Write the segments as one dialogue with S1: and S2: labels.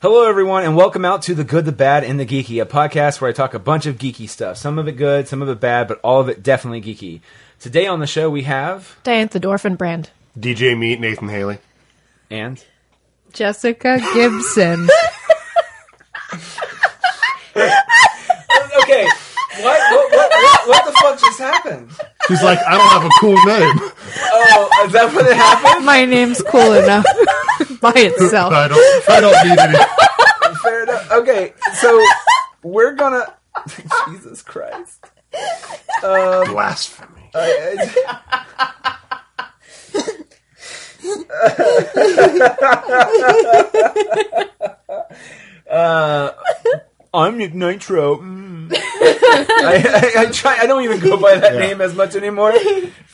S1: Hello, everyone, and welcome out to The Good, the Bad, and the Geeky, a podcast where I talk a bunch of geeky stuff. Some of it good, some of it bad, but all of it definitely geeky. Today on the show we have.
S2: Diantha Dorfin brand.
S3: DJ Meat, Nathan Haley.
S1: And.
S2: Jessica Gibson.
S1: Okay, what, what, what, what, what the fuck just happened?
S3: He's like, I don't have a cool name.
S1: Oh, is that what it happened?
S2: My name's cool enough by itself.
S3: I don't. I don't need any.
S1: Fair enough. Okay, so we're gonna. Jesus Christ.
S3: Blasphemy.
S1: I- I- uh, I'm Nick Nitro. Mm. I, I, I try. I don't even go by that
S3: Yeah.
S1: name as much anymore.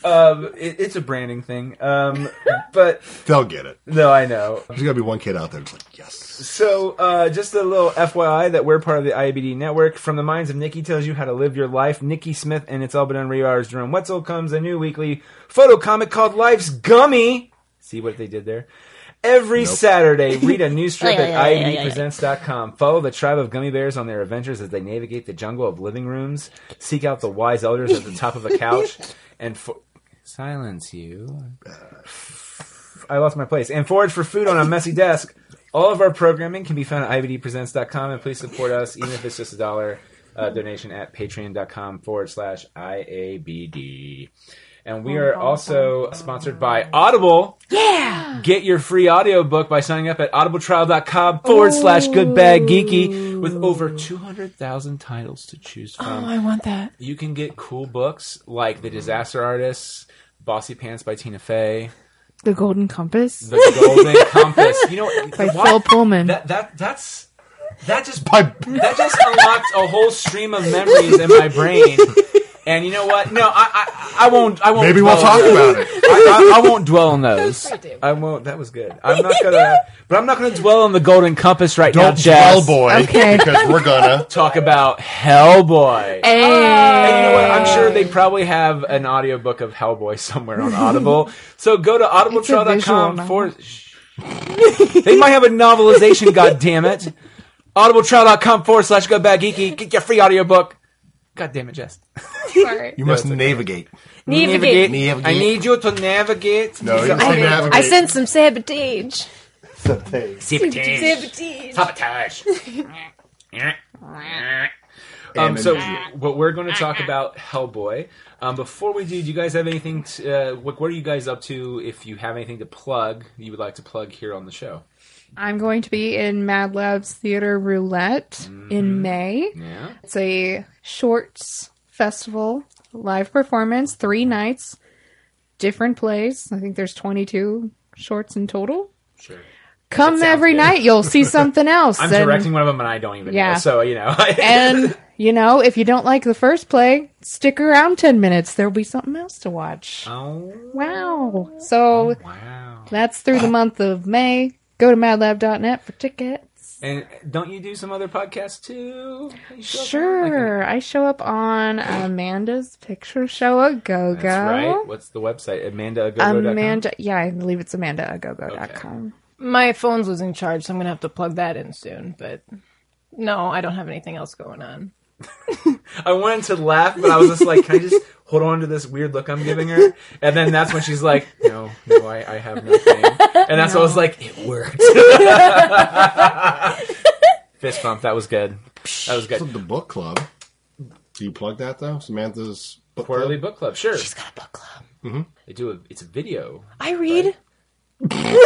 S1: Um, it, it's a branding thing. Um, but
S3: They'll get it.
S1: no, I know.
S3: There's gonna be one kid out there that's like, yes.
S1: So, uh, just a little FYI that we're part of the IABD network. From the minds of Nikki tells you how to live your life. Nikki Smith and it's all been on rewires. Jerome Wetzel comes a new weekly photo comic called Life's Gummy. See what they did there. Every
S3: Nope.
S1: Saturday, read a new strip at
S4: Ay, ay, ay, ay, ay, ay.
S1: IABDpresents.com. Follow the tribe of gummy bears on their adventures as they navigate the jungle of living rooms. Seek out the wise elders at the top of a couch and for- silence you. I lost my place. And forage for food on a messy desk. All of our programming can be found at ibdpresents.com, and please support us, even if it's just a dollar uh, donation at patreon.com forward slash IABD. And we are also sponsored by Audible. Yeah! Get your free audiobook by signing up at audibletrial.com forward slash good bad geeky with over 200,000 titles to choose from.
S2: Oh, I want that.
S1: You can get cool books like The Disaster Artists, Bossy Pants by Tina Fey,
S2: The Golden Compass
S1: The Golden Compass. You know,
S2: by
S1: why-
S2: Phil Pullman.
S1: That that that's that just
S3: By
S1: that just unlocked a whole stream of memories in my brain. And you know what? No, I I, I won't. I won't.
S3: maybe we'll
S1: dwell
S3: talk
S1: on-
S3: about it.
S1: I, I, I won't dwell on those. I won't. That was good. I'm not gonna. But I'm not gonna dwell on the Golden Compass right now.
S3: Don't
S1: Jess.
S3: dwell, boy,
S2: Okay.
S3: because we're gonna.
S1: Talk about Hellboy. And you know what? I'm
S2: Hey.
S1: sure they probably have an audiobook of Hellboy somewhere on Audible. so go to
S2: visual
S1: audibletrial.com
S2: novel.
S1: for. Shh. they might have a novelization, God damn it! Audibletrial.com forward slash go bad geeky. Get your free audiobook. God damn it, Jess.
S3: You must navigate.
S4: Navigate.
S3: Navigate.
S1: I need you to navigate.
S3: No, you say navigate.
S4: I sense some sabotage.
S1: Sabotage.
S4: Sabotage.
S1: Sabotage. Um, so what we're going to talk about Hellboy. Um, before we do, do you guys have anything? To, uh, what, what are you guys up to? If you have anything to plug, you would like to plug here on the show.
S5: I'm going to be in Mad Lab's Theater Roulette
S1: Mm-hmm.
S5: in May.
S1: Yeah.
S5: It's a shorts festival, live performance, three nights, different plays. I think there's 22 shorts in total.
S1: Sure.
S5: Come
S1: sounds
S5: every
S1: good.
S5: night, you'll see something else.
S1: I'm
S5: and,
S1: directing one of them, and I don't even
S5: Yeah.
S1: know. So you know.
S5: and, you know, if you don't like the first play, stick around 10 minutes. There'll be something else to watch.
S1: oh
S5: Wow. So
S1: wow!
S5: that's through the month of May. Go to madlab.net for tickets.
S1: And don't you do some other podcasts too? You show up on, like,
S5: Sure. I show up on Amanda's picture show a go
S1: a- That's right.
S5: go.
S1: What's the website? AmandaAgogo.com?
S5: Amanda, yeah, I believe it's amandaagogo.com.
S6: My phone's losing charge, so I'm gonna have to plug that in soon. But no, I don't have anything else going on.
S1: I wanted to laugh, but I was just like, can I just hold on to this weird look I'm giving her? And then that's when she's like, no, no, I, I have nothing. And that's when I was like, it worked. Fist bump. That was good. That was
S3: It's at
S1: good.
S3: the book club. Do you plug that though? Samantha's book
S1: Quarterly
S3: club?
S1: book club. Sure.
S4: She's got a book club.
S1: They do a, it's a video.
S4: I read.
S1: Well,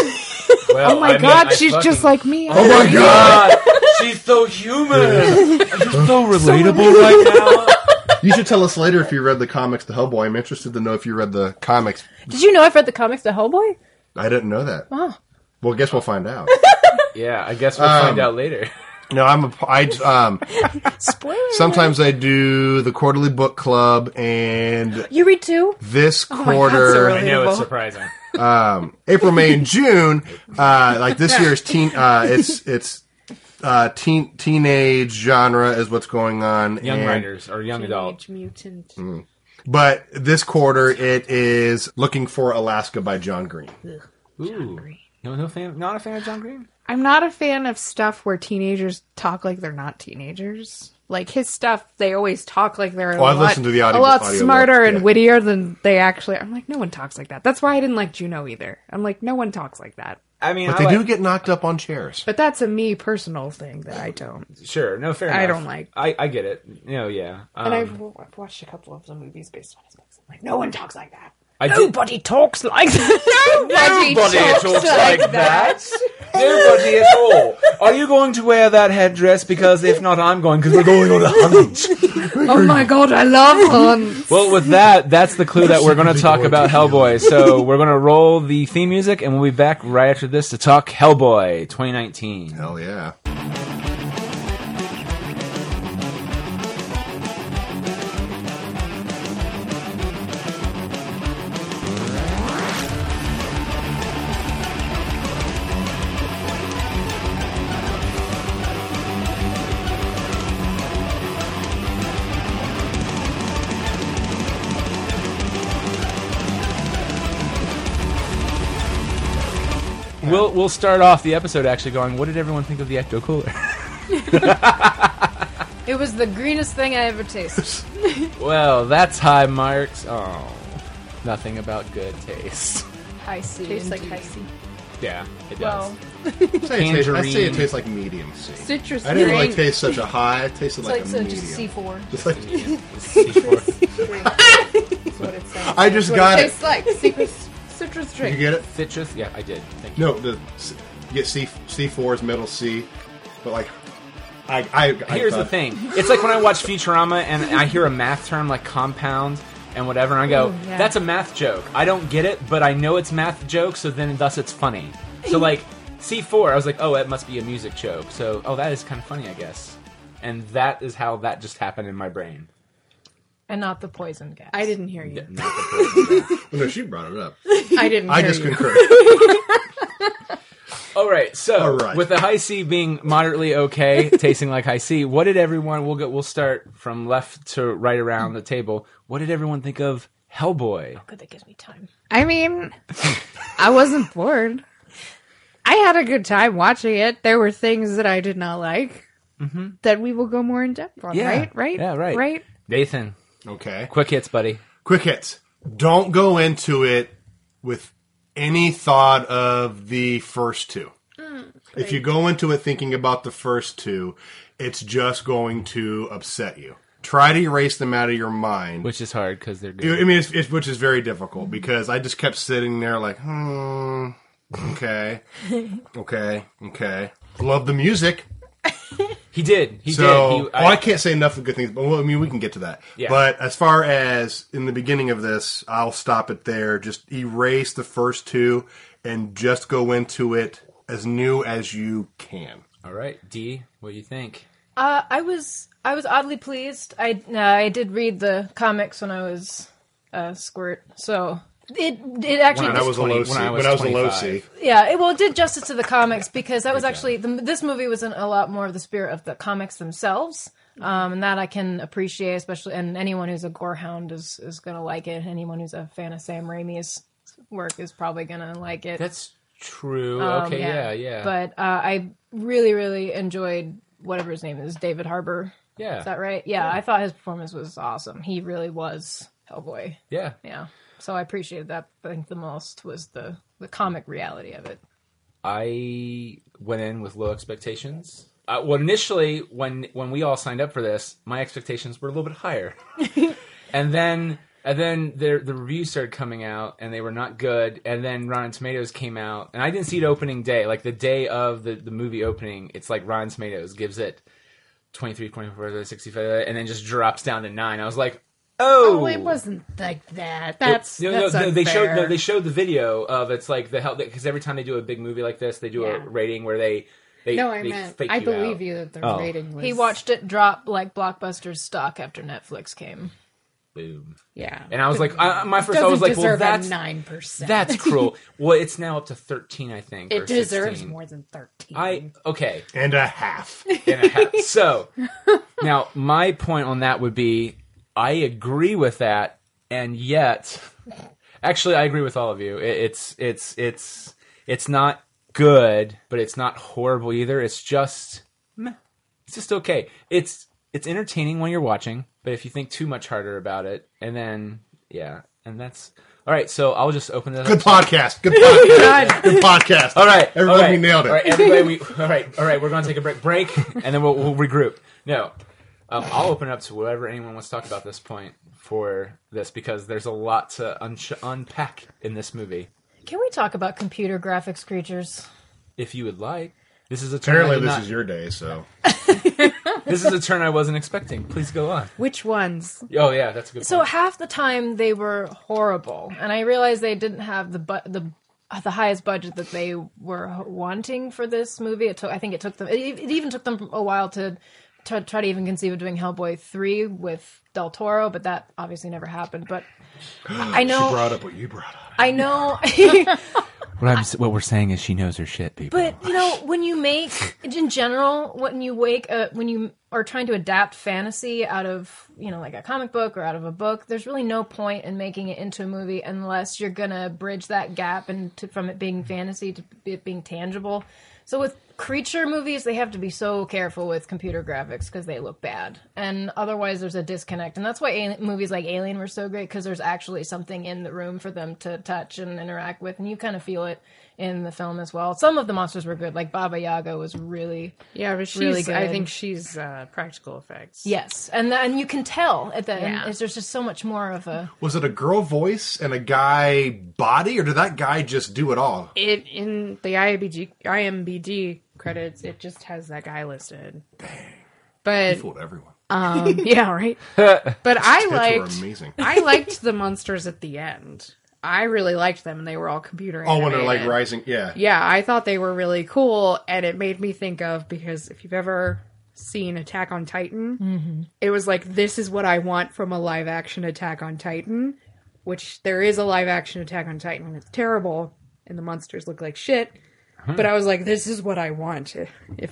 S5: Oh my
S1: I mean,
S5: god,
S1: I
S5: she's
S1: fucking-
S5: just like me.
S3: Oh my god!
S1: She's so human. You're so relatable right now.
S3: You should tell us later if you read the comics to Hellboy. I'm interested to know if you read the comics.
S6: Did you know I've read the comics to Hellboy?
S3: I didn't know that.
S6: Oh.
S3: Well, guess we'll find out.
S1: Yeah, I guess we'll find out later.
S3: No, I'm a. I um.
S4: Spoiler.
S3: Sometimes I do the quarterly book club, and
S4: You read too?
S3: this
S2: Oh God, so
S3: quarter,
S2: really-
S1: I know
S2: Relatable.
S1: it's surprising.
S3: um, April, May, and June, uh, like this year's teen, uh, it's it's uh, teen teenage genre is what's going on.
S1: Young
S3: and-
S1: writers or young adult.
S2: Mutant.
S3: but this quarter it is looking for Alaska by John Green.
S1: Ooh. No, no fan, not a fan of John Green.
S5: I'm not a fan of stuff where teenagers talk like they're not teenagers. Like his stuff, they always talk like they're a
S1: Oh,
S3: Well, I
S5: lot,
S3: listened to the audio-
S5: a lot
S3: audio
S5: smarter
S3: book,
S5: and
S3: yeah.
S5: wittier than they actually are. I'm like, no one talks like that. That's why I didn't like Juno either. I'm like, no one talks like that.
S1: I mean,
S3: But
S1: I
S3: they
S1: like-
S3: do get knocked up on chairs.
S5: But that's a me personal thing that I don't.
S1: Sure, no, fair enough.
S5: I don't like-
S1: I, I get it. No, yeah. Um,
S5: And I've, I've watched a couple of the movies based on his books. I'm like, no one talks like that.
S1: I did-
S6: Nobody talks like that.
S5: Nobody
S1: Nobody at all. Are you going to wear that headdress? Because if not, I'm going. Because we're going on a hunt.
S5: Oh my god, I love Hans.
S1: Well, with that, that's the clue that we're going to talk about Hellboy. So we're going to roll the theme music, and we'll be back right after this to talk Hellboy 2019.
S3: Hell yeah.
S1: We'll we'll start off the episode actually going. What did everyone think of the Ecto Cooler?
S2: It was the greenest thing I ever tasted.
S1: well, that's high marks. Oh, nothing about good taste.
S2: I see.
S4: Tastes like
S2: indeed.
S4: high C.
S1: Yeah, it does.
S6: Well,
S3: I'd say it tastes- I'd say
S1: Tangerine.
S3: it tastes like medium C.
S2: Citrus
S3: I didn't like
S2: green.
S3: taste such a high. It tasted
S2: It's
S3: like,
S2: like
S3: a
S2: so
S3: medium.
S2: just C4.
S3: Just like-
S1: C4.
S3: I just got it.
S2: Tastes like citrus, citrus
S3: You
S2: drink.
S3: get it?
S1: Citrus. Yeah, I did. Thank you.
S3: No, the you get C C four is middle C, but like I I, I
S1: Here's the
S3: thought-
S1: thing. It's like when I watch Futurama and I hear a math term like compound and whatever, and I go, "That's a math joke." I don't get it, but I know it's math joke, so then thus it's funny. So like C4, I was like, "Oh, that must be a music joke." So, oh, that is kind of funny, I guess. And that is how that just happened in my brain.
S6: and not the poison gas.
S5: I didn't hear you.
S1: Not the person.
S3: No, she brought it up.
S5: I didn't.
S3: I
S5: hear
S3: just
S5: you.
S3: concur.
S1: All right, so
S3: All right.
S1: with the high C being moderately okay, tasting like high C, what did everyone? We'll go. We'll start from left to right around the table. What did everyone think of Hellboy?
S6: Good, that gives me time.
S5: I mean, I wasn't bored. I had a good time watching it. There were things that I did not like that we will go more in depth on.
S1: Mm-hmm. Yeah.
S5: Right? Right?
S1: Yeah, right.
S5: Right?
S1: Nathan,
S3: Okay.
S1: quick hits, buddy.
S3: Quick hits. Don't go into it with any thought of the first two.
S2: Mm,
S3: if you go into it thinking about the first two, it's just going to upset you. Try to erase them out of your mind.
S1: Which is hard because they're
S3: I
S1: good.
S3: mean, it's, it's, which is very
S1: Mm-hmm.
S3: difficult because I just kept sitting there like, hmm, okay, okay, okay. Love the music.
S1: He did. He
S3: so,
S1: did. He,
S3: oh, I, can't say enough of good things, but well, I mean, we can get to that.
S1: Yeah.
S3: But as far as in the beginning of this, I'll stop it there. Just erase the first two and just go into it as new as you can.
S1: All right, D. What do you think?
S6: Uh, I was I was oddly pleased. I uh, I did read the comics when I was uh, squirt, so it it actually
S1: When
S3: When I was a low
S1: 20
S3: C.
S1: when I was
S3: When I was a low
S1: 25.
S3: C.
S6: yeah it, well it did justice to the comics because that was actually the, this movie was in a lot more of the spirit of the comics themselves. Um, and that I can appreciate, especially, and anyone who's a gore hound is, is gonna like it. Anyone who's a fan of Sam Raimi's work is probably gonna like it.
S1: That's true.
S5: Um,
S1: okay. Yeah. Yeah.
S6: Um, But uh, I really, really enjoyed whatever his name is, David Harbour.
S1: yeah.
S6: Is that right? Yeah, I thought his performance was awesome. He really was Hellboy.
S1: Yeah.
S6: Yeah. So I appreciated that. I think the most was the the comic reality of it.
S1: I went in with low expectations. Uh, well, initially, when when we all signed up for this, my expectations were a little bit higher, and then and then the the reviews started coming out, and they were not good. And then Rotten Tomatoes came out, and I didn't see it opening day, like the day of the the movie opening. It's like Rotten Tomatoes gives it 23, 24, 65, and then just drops down to nine. I was like, oh,
S5: Oh, it wasn't like that. That's
S1: no,
S5: that's
S1: no, no, they showed no,
S5: unfair.
S1: they showed the video of it's like the hell because every time they do a big movie like this, they do
S5: Yeah.
S1: a rating where they they
S5: No, I
S1: they
S5: meant
S1: fake
S5: I
S1: you
S5: believe
S1: out.
S5: you that the
S1: Oh.
S5: rating was
S6: He watched it drop like Blockbuster's stock after Netflix came.
S1: Boom.
S5: Yeah.
S1: And I was like, I, my 1st
S5: Doesn't
S1: I was like, well,
S5: deserve
S1: that's
S5: a nine percent.
S1: that's cruel. well, it's now up to thirteen, I think. or
S5: it deserves
S1: 16.
S5: more than thirteen.
S1: I okay.
S3: And a half.
S1: and a half. So now my point on that would be I agree with that, and yet actually I agree with all of you. It, it's it's it's it's not good, but it's not horrible either. It's just meh. it's just okay. It's it's entertaining when you're watching, but if you think too much harder about it, and then yeah, and that's all right. So I'll just open it up.
S3: Good podcast. Good podcast. good podcast.
S1: All right,
S3: Everybody
S1: all right,
S3: nailed it.
S1: All right, everybody, we, all right, all right. We're going to take a break, break, and then we'll, we'll regroup. No, um, I'll open it up to whatever anyone wants to talk about this point for this because there's a lot to un- unpack in this movie.
S6: Can we talk about computer graphics creatures?
S1: If you would like, this is a turn I
S3: Apparently,
S1: did
S3: this
S1: not-
S3: is your day, so.
S1: this is a turn I wasn't expecting. Please go on.
S7: Which ones?
S1: Oh yeah, that's a good.
S6: So
S1: point.
S6: half the time they were horrible, and I realized they didn't have the bu- the uh, the highest budget that they were wanting for this movie. It took I think it took them it, e- it even took them a while to, to try to even conceive of doing Hellboy three with Del Toro, but that obviously never happened. But I know
S3: Brought up what you brought up.
S6: I know.
S1: what, I'm, what we're saying is she knows her shit, people.
S6: But you know, when you make in general, when you wake uh, when you are trying to adapt fantasy out of you know like a comic book or out of a book, there's really no point in making it into a movie unless you're gonna bridge that gap and to, from it being fantasy to it being tangible. So with creature movies, they have to be so careful with computer graphics because they look bad, and otherwise there's a disconnect, and that's why alien, movies like Alien were so great because there's actually something in the room for them to touch and interact with, and you kind of feel it in the film as well. Some of the monsters were good, like Baba Yaga was really
S5: Yeah, but she's.
S6: Really
S5: I
S6: good.
S5: think she's uh, practical effects.
S6: yes, and and you can tell at the
S5: Yeah.
S6: end. There's just so much more of a
S3: Was it a girl voice and a guy body, or did that guy just do it all?
S5: It in the IMBG IMBD credits, it just has that guy listed.
S3: He
S5: But
S3: fooled everyone.
S5: yeah, right. but I
S3: Tits
S5: liked.
S3: were amazing.
S5: I liked the monsters at the end. I really liked them, and they were all computer.
S3: Oh, when they're like
S5: animated.
S3: rising, yeah.
S5: Yeah, I thought they were really cool, and it made me think of because if you've ever seen Attack on Titan, it was like this is what I want from a live action Attack on Titan, which there is a live action Attack on Titan, and it's terrible, and the monsters look like shit. But I was like, this is what I want if, if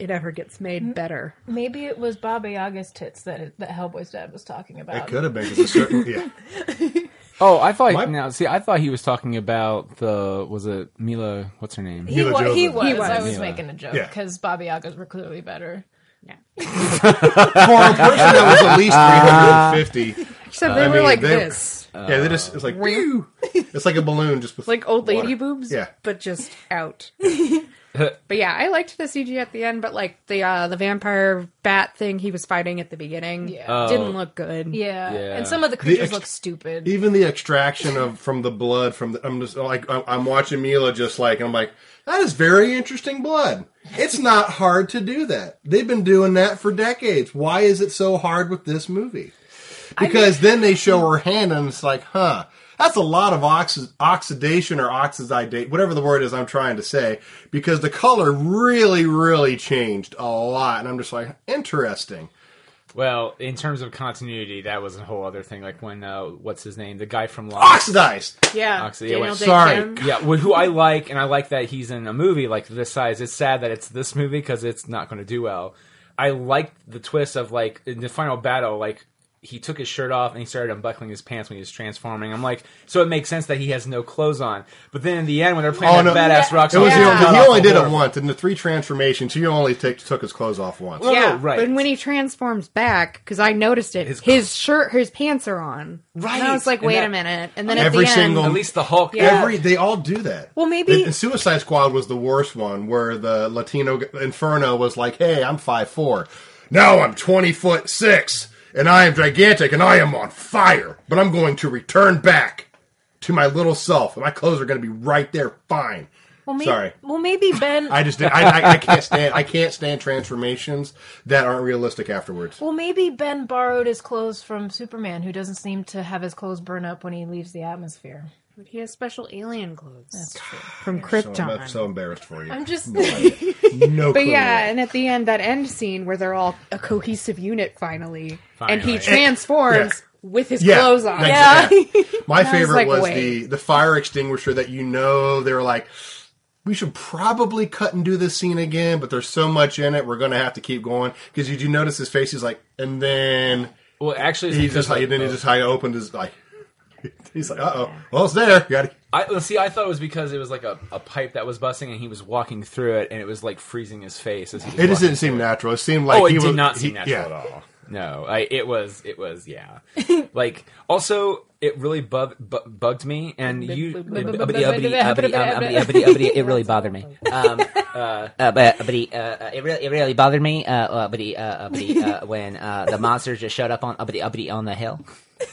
S5: it ever gets made better.
S6: maybe it was Baba Yaga's tits that that Hellboy's dad was talking
S3: It
S6: about.
S3: could have been. 'cause it's certain- yeah.
S1: oh, I thought
S3: What?
S1: now. See, I thought he was talking about the was it Mila? What's her name?
S6: He,
S3: Mila
S6: wa- he,
S3: Jovovich.
S6: was.
S3: He
S6: I was
S1: Yeah.
S6: making a joke
S3: Yeah.
S6: because Baba Yaga's were clearly better.
S3: For a person that was at least 350.
S5: Except they
S3: I
S5: were
S3: mean,
S5: like
S3: they-
S5: this,
S3: yeah, they just, it's like, pew. It's like a balloon just with
S5: like old lady
S3: water.
S5: boobs,
S3: Yeah.
S5: but just out. but yeah, I liked the CG at the end, but like the uh, the vampire bat thing he was fighting at the beginning
S6: Yeah.
S5: didn't look good.
S6: Yeah,
S1: Yeah.
S6: and some of the creatures
S3: ex-
S6: look stupid.
S3: Even the extraction of from the blood from the, I'm just like I'm I'm watching Mila just like I'm like that is very interesting blood. It's not hard to do that. They've been doing that for decades. Why is it so hard with this movie? Because then they show her hand and it's like, huh, that's a lot of oxi- oxidation or oxidate, whatever the word is I'm trying to say, because the color really, really changed a lot. And I'm just like, interesting.
S1: Well, in terms of continuity, that was a whole other thing. Like when uh, what's his name, the guy from Lost.
S3: Oxidized.
S5: Yeah,
S1: Oxy- yeah,
S5: Daniel
S1: wait,
S5: Day
S3: sorry.
S5: Kim.
S1: Yeah, wh- who I like, and I like that he's in a movie like this size. It's sad that it's this movie because it's not going to do well. I liked the twist of like in the final battle, like he took his shirt off and he started unbuckling his pants when he was transforming. I'm like, so it makes sense that he has no clothes on. But then in the end, when they're playing
S3: Oh,
S1: that
S3: no.
S1: badass rock
S3: It
S1: song,
S3: was the
S1: it's oh,
S3: only,
S1: cut
S3: he
S1: off
S3: only
S1: the
S3: did it
S1: floor.
S3: once in the three transformations. He only take, took his clothes off once.
S1: no,
S5: Yeah,
S1: right.
S5: right. And when he transforms back, because I noticed it,
S1: His
S5: his,
S1: cl-
S5: shirt, his pants are on.
S1: Right.
S5: And I was like,
S1: And
S5: wait
S1: that-
S5: a minute. And then
S3: Every
S5: at the
S3: single-
S5: end,
S1: At least the Hulk.
S3: Every they all do that.
S6: Well, maybe-
S3: and, and Suicide Squad was the worst one, where the Latino g- Inferno was like, "Hey, I'm five four, now I'm twenty foot six, and I am gigantic, and I am on fire, but I'm going to return back to my little self, and my clothes are going to be right there, fine."
S6: Well, maybe,
S3: Sorry.
S6: Well, maybe Ben.
S3: I just I, I, I can't stand I can't stand transformations that aren't realistic afterwards.
S6: Well, maybe Ben borrowed his clothes from Superman, who doesn't seem to have his clothes burn up when he leaves the atmosphere.
S5: he has special alien clothes
S7: From
S3: So I'm
S7: Krypton.
S3: not so embarrassed for you.
S6: I'm just.
S3: no
S5: But
S3: clue.
S5: yeah, and at the end, that end scene where they're all a cohesive unit finally, and
S1: Finally.
S5: he transforms with his
S3: yeah,
S5: clothes on.
S3: that's- yeah. My favorite
S5: like,
S3: was,
S5: wait.
S3: the the fire extinguisher that you know they were like, we should probably cut and do this scene again, but there's so much in it, we're gonna have to keep going because you do notice his face. He's like, and then
S1: Well, actually, it's
S3: he
S1: because
S3: just like,
S1: of
S3: then he
S1: both.
S3: just how he opened his like. He's like, uh oh. Well, it's there. Got it.
S1: I well, see. I thought it was because it was like a, a pipe that was busting, and he was walking through it, and it was like freezing his face. As he was
S3: It just
S1: walking.
S3: didn't seem natural. It seemed like
S1: oh, it
S3: he
S1: did
S3: was
S1: not seem
S3: he-
S1: natural
S3: yeah.
S1: at all. No, I, it was, it was, yeah. like, also, it really bug, bu- bugged me, and you,
S2: bu- bu- bu-
S1: ubbity, ubbity,
S2: bu- bu-
S1: ubbity,
S2: bu-
S1: um,
S2: bu-
S1: ubbity, ubbity, ubbity, it really bothered me. Um, uh, uh, but, but he, uh, uh, it really, it really bothered me. Uh, uh, but he, uh, uh, but he, uh, when uh, the monster just showed up on ubbity, ubbity on the hill.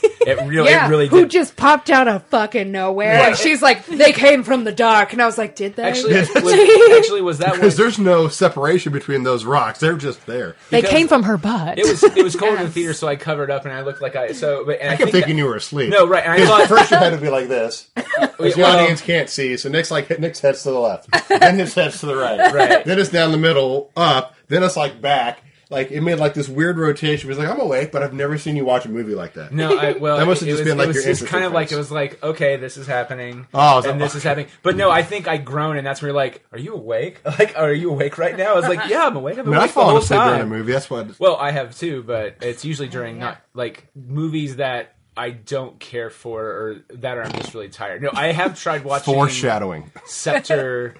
S1: It really,
S8: yeah,
S1: it really
S8: who
S1: did.
S8: just popped out of fucking nowhere? And she's like, they came from the dark, and I was like, did they?
S1: actually, was, actually, was that one?
S3: Because there's no separation between those rocks. They're just there.
S6: They
S1: came
S6: came from her butt.
S1: It was, it was cold in the theater, so I covered up, and I looked like I. So, but, and I,
S3: I kept
S1: think
S3: thinking you were asleep.
S1: that, no, right? And I
S3: Because
S1: thought
S3: first your head would be like this. Because the
S1: well-
S3: audience can't see, so Nick's like Nick's head's to the left, then his head's to the right.
S1: Right.
S3: Then it's down the middle, up. Then it's like back. Like it made like this weird rotation. It was like I'm awake, but I've never seen you watch a movie like that.
S1: No, I, well,
S3: That must have
S1: it
S3: just
S1: was,
S3: been, like,
S1: it was
S3: your
S1: just
S3: interest
S1: kind of like
S3: difference.
S1: it was like okay, this is happening,
S3: Oh, is
S1: and
S3: that-
S1: this is happening. But no, I think I groaned, and that's when you're like, "Are you awake? Like, are you awake right now?" I was like, "Yeah, I'm awake. I've
S3: I
S1: been
S3: mean,
S1: awake
S3: I've
S1: the whole
S3: fallen asleep
S1: time."
S3: during a movie. That's what.
S1: Well, I have too, but it's usually during not like movies that I don't care for or that are I'm just really tired. No, I have tried watching
S3: Foreshadowing.
S1: Scepter.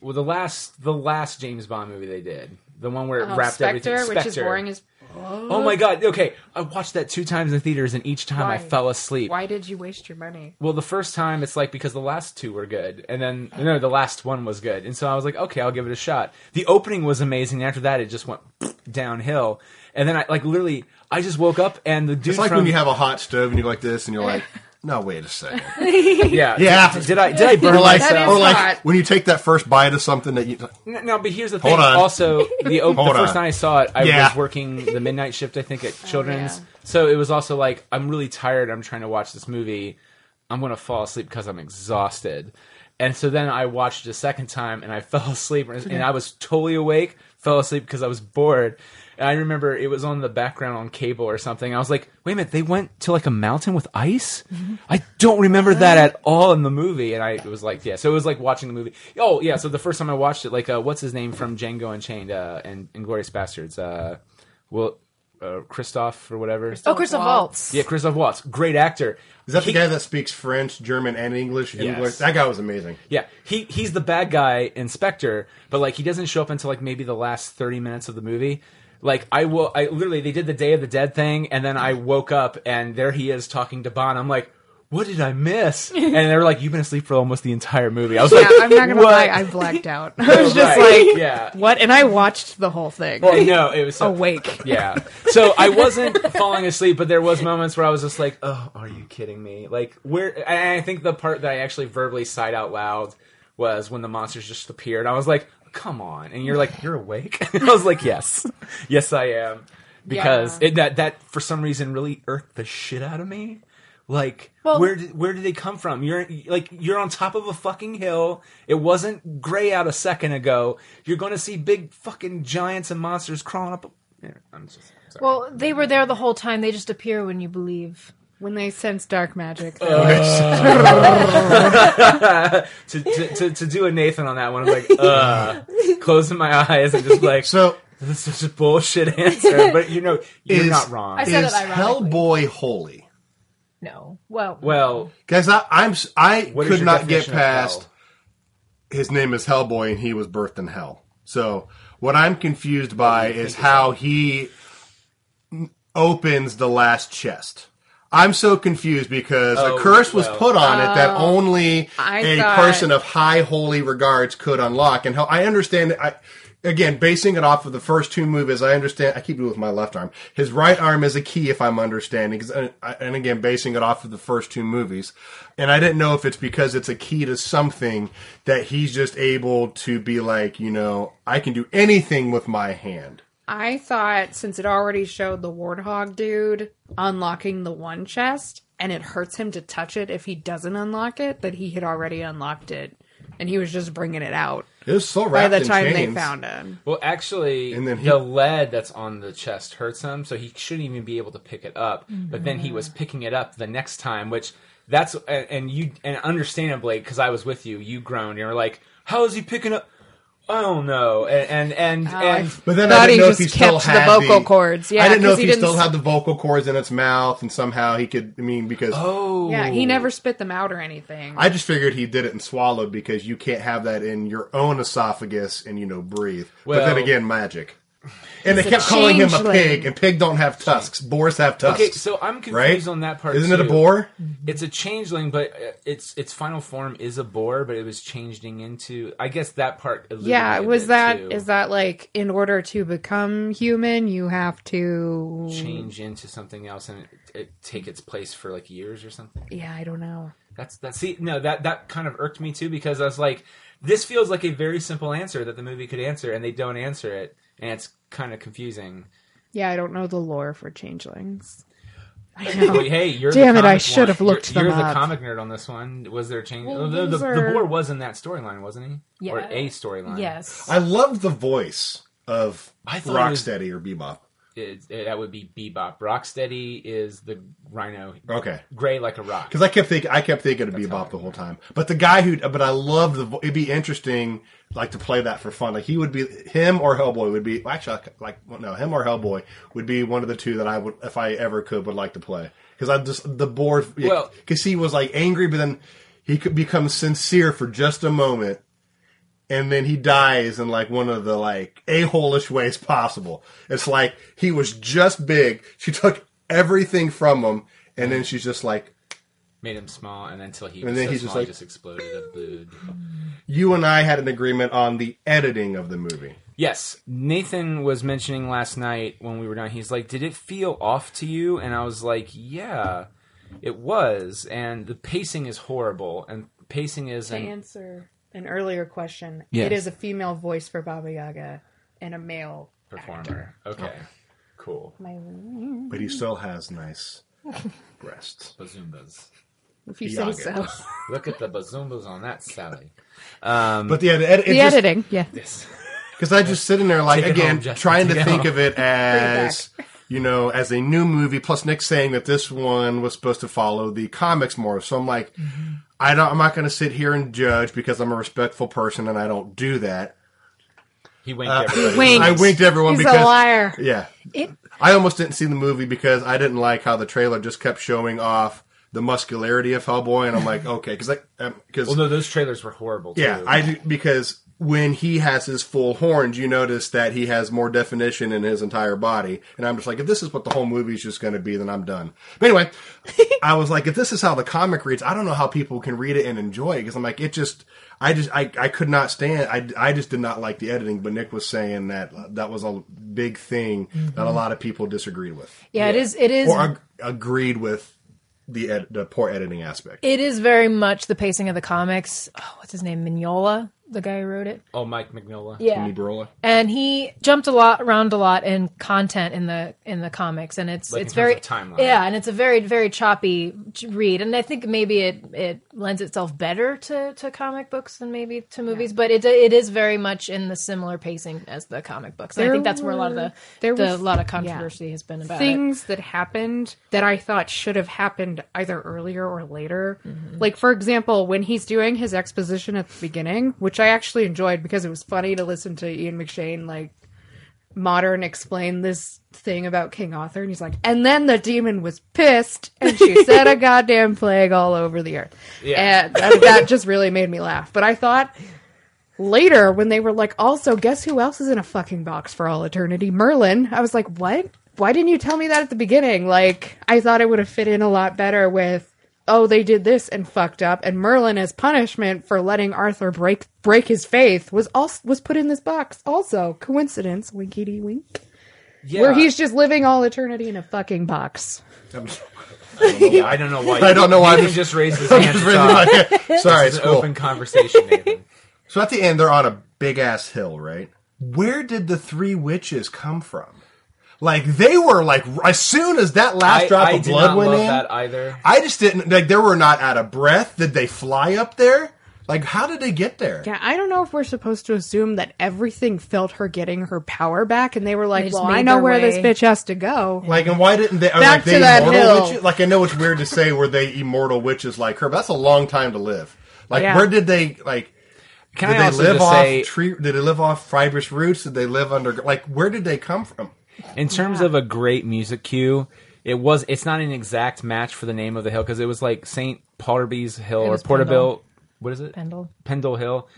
S1: well, the last the last James Bond movie they did, the one where it
S5: Oh,
S1: wrapped
S5: Spectre,
S1: everything.
S5: which is boring as.
S1: Oh my god! Okay, I watched that two times in theaters, and each time I
S5: Why?
S1: fell asleep.
S5: Why did you waste your money?
S1: Well, the first time it's like because the last two were good, and then no, the last one was good, and so I was like, okay, I'll give it a shot. The opening was amazing. After that, it just went downhill, and then I like literally, I just woke up and the dude
S3: It's like
S1: from
S3: when you have a hot stove and you go like this, and you're like, no, wait a second.
S1: yeah
S3: Yeah.
S1: Did, did I did I burn
S3: Or like,
S1: myself?
S3: or like
S8: hot.
S3: when you take that first bite of something that you.
S1: N- No, but here's the
S3: Hold
S1: thing.
S3: on.
S1: Also, the, op- the
S3: Hold
S1: first
S3: on.
S1: time I saw it, I
S3: Yeah.
S1: was working the midnight shift, I think, at Children's. So it was also like, I'm really tired. I'm trying to watch this movie. I'm going to fall asleep because I'm exhausted. And so then I watched it a second time and I fell asleep and and I was totally awake, fell asleep because I was bored. And I remember it was on the background on cable or something. I was like, wait a minute, they went to like a mountain with ice? I don't remember that at all in the movie. And I it was like, yeah, so it was like watching the movie. Oh, yeah, so the first time I watched it, like, uh, what's his name from Django Unchained uh, and Inglorious Bastards? Uh, Will, uh, Christoph or whatever.
S6: oh, Christoph Waltz.
S1: Yeah, Christoph Waltz, great actor.
S3: Is that
S1: He-
S3: the guy that speaks French, German, and English?
S1: Yes.
S3: English? That guy was amazing.
S1: Yeah, he he's the bad guy inspector, but like he doesn't show up until like maybe the last thirty minutes of the movie. Like I will, I literally they did the Day of the Dead thing, and then I woke up and there he is talking to Bond. I'm like, what did I miss? And they were like, you've been asleep for almost the entire movie. I was
S8: yeah,
S1: like,
S8: I'm not gonna
S1: what?
S8: lie, I blacked out. I was just
S1: Right,
S8: like,
S1: yeah.
S8: what? And I watched the whole thing
S1: Well, no, it was so,
S8: awake.
S1: Yeah, so I wasn't falling asleep, but there was moments where I was just like, "Oh, are you kidding me?" Like where and I think the part that I actually verbally sighed out loud was when the monsters just appeared. I was like, "Come on!" And you're like, "You're awake?" I was like, "Yes, yes, I am," because it, that that for some reason really irked the shit out of me. Like
S6: Well-
S1: where did, where did they come from? You're like you're on top of a fucking hill. It wasn't gray out a second ago. You're going to see big fucking giants and monsters crawling up. A, I'm just sorry.
S6: Well, they were there the whole time. They just appear when you believe.
S8: when they sense dark magic.
S1: Uh, to, to, to, to do a Nathan on that one. I'm like, uh, closing my eyes and just like,
S3: So
S1: this is a bullshit answer. But you know, you're
S3: is,
S1: not wrong.
S6: I said
S3: is
S6: it ironically.
S3: Hellboy holy?
S6: No. Well,
S1: well,
S3: Guys, I, I'm s- I
S1: what is
S3: could
S1: your
S3: not get
S1: definition of hell?
S3: past his name is Hellboy and he was birthed in hell. So what I'm confused by is how he n- opens the last chest. I'm so confused because
S1: Oh,
S3: a curse was
S1: well.
S3: put on it that only
S8: Oh, I
S3: a
S8: thought-
S3: person of high holy regards could unlock. And how I understand, I again basing it off of the first two movies, I understand. I keep it with my left arm. His right arm is a key, if I'm understanding. 'cause- And I- and again, basing it off of the first two movies, and I didn't know if it's because it's a key to something that he's just able to be like, you know, I can do anything with my hand.
S8: I thought since it already showed the warthog dude unlocking the one chest and it hurts him to touch it if he doesn't unlock it, that he had already unlocked it and he was just bringing it out
S3: It was so
S8: by
S3: wrapped
S8: the
S3: in
S8: time they
S3: chains.
S8: found him.
S1: Well, actually,
S3: And then he-
S1: the lead that's on the chest hurts him, so he shouldn't even be able to pick it up. But then he was picking it up the next time, which that's and, and you and understandably because I was with you, you groaned. You were like, "How is he picking up?" I don't know, and and and, and
S3: But then I
S9: Thought
S3: didn't
S9: he
S3: know
S9: just
S3: if he still
S9: kept the
S3: had
S9: vocal cords. Yeah,
S3: I didn't know
S9: 'cause
S3: if
S9: he
S3: he,
S9: didn't
S3: still
S9: s-
S3: had the vocal cords in its mouth, and somehow he could. I mean, because
S1: oh,
S5: Yeah, he never spit them out or anything.
S3: I just figured he did it and swallowed because you can't have that in your own esophagus and you know breathe. but
S1: Well-
S3: then again, magic. And they kept calling him a pig,
S9: changeling.
S3: and pig don't have tusks. Boars have tusks.
S1: Okay, so I'm confused
S3: right?
S1: on that part.
S3: Isn't it a
S1: too.
S3: boar?
S1: It's a changeling, but uh, its its final form is a boar, but it was changed into. I guess that part. eluded
S9: Yeah,
S1: me a
S9: was
S1: bit,
S9: that is
S1: too.
S9: that like in order to become human, you have to?
S1: change into something else and it, it take its place for like years or something?
S9: Yeah, I don't know.
S1: That's that. See, no, that that kind of irked me too because I was like, this feels like a very simple answer that the movie could answer, and they don't answer it, and it's kind of confusing.
S9: Yeah, I don't know the lore for changelings.
S1: hey, you're the
S9: Damn it, I
S1: comic
S9: should have
S1: one. You're-
S9: looked
S1: You're,
S9: them
S1: the
S9: up.
S1: comic nerd on this one. Was there a change?
S9: Well,
S1: oh, the, the,
S9: these
S1: the
S9: are-
S1: boar was in that storyline, wasn't he? Or
S6: Yeah.
S1: a storyline?
S6: Yes.
S3: I loved the voice of
S1: I thought it was-
S3: Rocksteady or Bebop.
S1: It- it- that would be Bebop. Rocksteady is the rhino,
S3: Okay.
S1: gray like a rock.
S3: Because I kept thinking, I kept thinking it'd be Bebop the whole time. But the guy who, but I love the. vo- It'd be interesting, like to play that for fun. Like he would be him or Hellboy would be well, actually I- like well, no him or Hellboy would be one of the two that I would, if I ever could, would like to play. Because I just the board
S1: Well-
S3: because he was like angry, but then he could become sincere for just a moment, and then he dies in like one of the like a holeish ways possible. It's like he was just big. She took everything from him, and then she's just like.
S1: Made him small, and until he
S3: And
S1: was
S3: then
S1: so
S3: he's just
S1: small, he
S3: like-
S1: just exploded and booed.
S3: you and I had an agreement on the editing of the movie.
S1: Yes, Nathan was mentioning last night when we were down. He's like, "Did it feel off to you?" And I was like, "Yeah, it was." And the pacing is horrible, and pacing is
S5: to
S1: an
S5: answer an earlier question,
S1: Yes.
S5: it is a female voice for Baba Yaga and a male.
S1: performer. Okay,
S3: Oh.
S1: cool.
S3: But he still has nice breasts.
S1: Bazoombas.
S9: If you
S3: Yaga.
S9: say so.
S1: Look at the bazoombas on that Sally. Um,
S3: But yeah, the, ed-
S9: The editing, yeah.
S1: Yes.
S3: Because I just sitting there like
S1: Take it
S3: again
S1: home, Justin,
S3: trying to
S1: take it
S3: think
S1: home.
S3: of it as you know as a new movie. Plus Nick saying that this one was supposed to follow the comics more. So I'm like,
S9: Mm-hmm.
S3: I don't. I'm not going to sit here and judge because I'm a respectful person and I don't do that. Uh,
S1: He winked. everybody.
S9: Winked.
S3: I winked everyone
S9: He's
S3: because
S9: a liar.
S3: Yeah. I almost didn't see the movie because I didn't like how the trailer just kept showing off the muscularity of Hellboy, and I'm like, okay, um, because because
S1: Well, no, those trailers were horrible. Too.
S3: yeah, I do- because when he has his full horns, you notice that he has more definition in his entire body, and I'm just like, if this is what the whole movie is just going to be, then I'm done. But anyway, I was like, if this is how the comic reads, I don't know how people can read it and enjoy it because I'm like, it just. I just I, I could not stand I, I just did not like the editing but Nick was saying that that was a big thing that a lot of people disagreed with
S6: yeah, it is. It is.
S3: or ag- agreed with the ed- the poor editing aspect.
S6: it is very much the pacing of the comics. Oh, what's his name? Mignola, the guy who wrote it.
S1: Oh, Mike Mignola.
S6: Yeah.
S3: Mibrola.
S6: and he jumped a lot around a lot in content in the in the comics and it's
S1: Like in
S6: it's
S1: terms
S6: very
S1: of timeline.
S6: yeah and it's a very very choppy ch- read and i think maybe it it lends itself better to to comic books than maybe to movies but it it is very much in the similar pacing as the comic books and i
S9: There
S6: think that's where a lot of the
S9: there
S6: the
S9: was-
S6: lot of controversy has been about it.
S5: Things that happened that I thought should have happened either earlier or later. Like, for example, when he's doing his exposition at the beginning, which I actually enjoyed because it was funny to listen to Ian McShane, like, modern explain this thing about King Arthur. And he's like, and then the demon was pissed and she said a goddamn plague all over the earth.
S1: Yeah.
S5: And that, that just really made me laugh. But I thought later when they were like, also, guess who else is in a fucking box for all eternity? Merlin. I was like, what? Why didn't you tell me that at the beginning? Like, I thought it would have fit in a lot better with, oh, they did this and fucked up, and Merlin as punishment for letting Arthur break break his faith was also was put in this box. Also, coincidence, winkety wink,
S1: Yeah.
S5: where he's just living all eternity in a fucking box.
S1: Oh, Yeah, I don't know why.
S3: I don't know why
S1: Nathan
S3: this-
S1: just raised his hand. to talk.
S3: Sorry,
S1: It's
S3: it's
S1: an
S3: cool.
S1: open conversation, Nathan.
S3: So at the end, they're on a big ass hill, right? Where did the three witches come from? Like they were like r- as soon as that last
S1: I,
S3: drop
S1: I
S3: of
S1: did
S3: blood
S1: not
S3: went
S1: love
S3: in,
S1: that either.
S3: I just didn't like they were not out of breath. Did they fly up there? Like how did they get there?
S5: Yeah, I don't know if we're supposed to assume that everything felt her getting her power back, and they were like,
S6: just
S5: "Well, I
S6: made
S5: know
S6: their
S5: where this
S6: way."
S5: bitch has to go."
S3: Like and why didn't they? Are,
S5: Back
S3: like, they
S5: to that
S3: immortal
S5: hill.
S3: Witches? Like I know it's weird to say were they immortal witches like her, but that's a long time to live. Like
S5: Yeah.
S3: where did they like?
S1: Can
S3: Did
S1: I
S3: they
S1: also
S3: live
S1: just
S3: off
S1: say,
S3: tree? Did they live off fibrous roots? Did they live under? Like, where did they come from?
S1: in terms of a great music cue, it was. It's not an exact match for the name of the hill because it was like Saint Potterby's Hill or
S6: was
S1: Porterville. What is it?
S6: Pendle.
S1: Pendle Hill.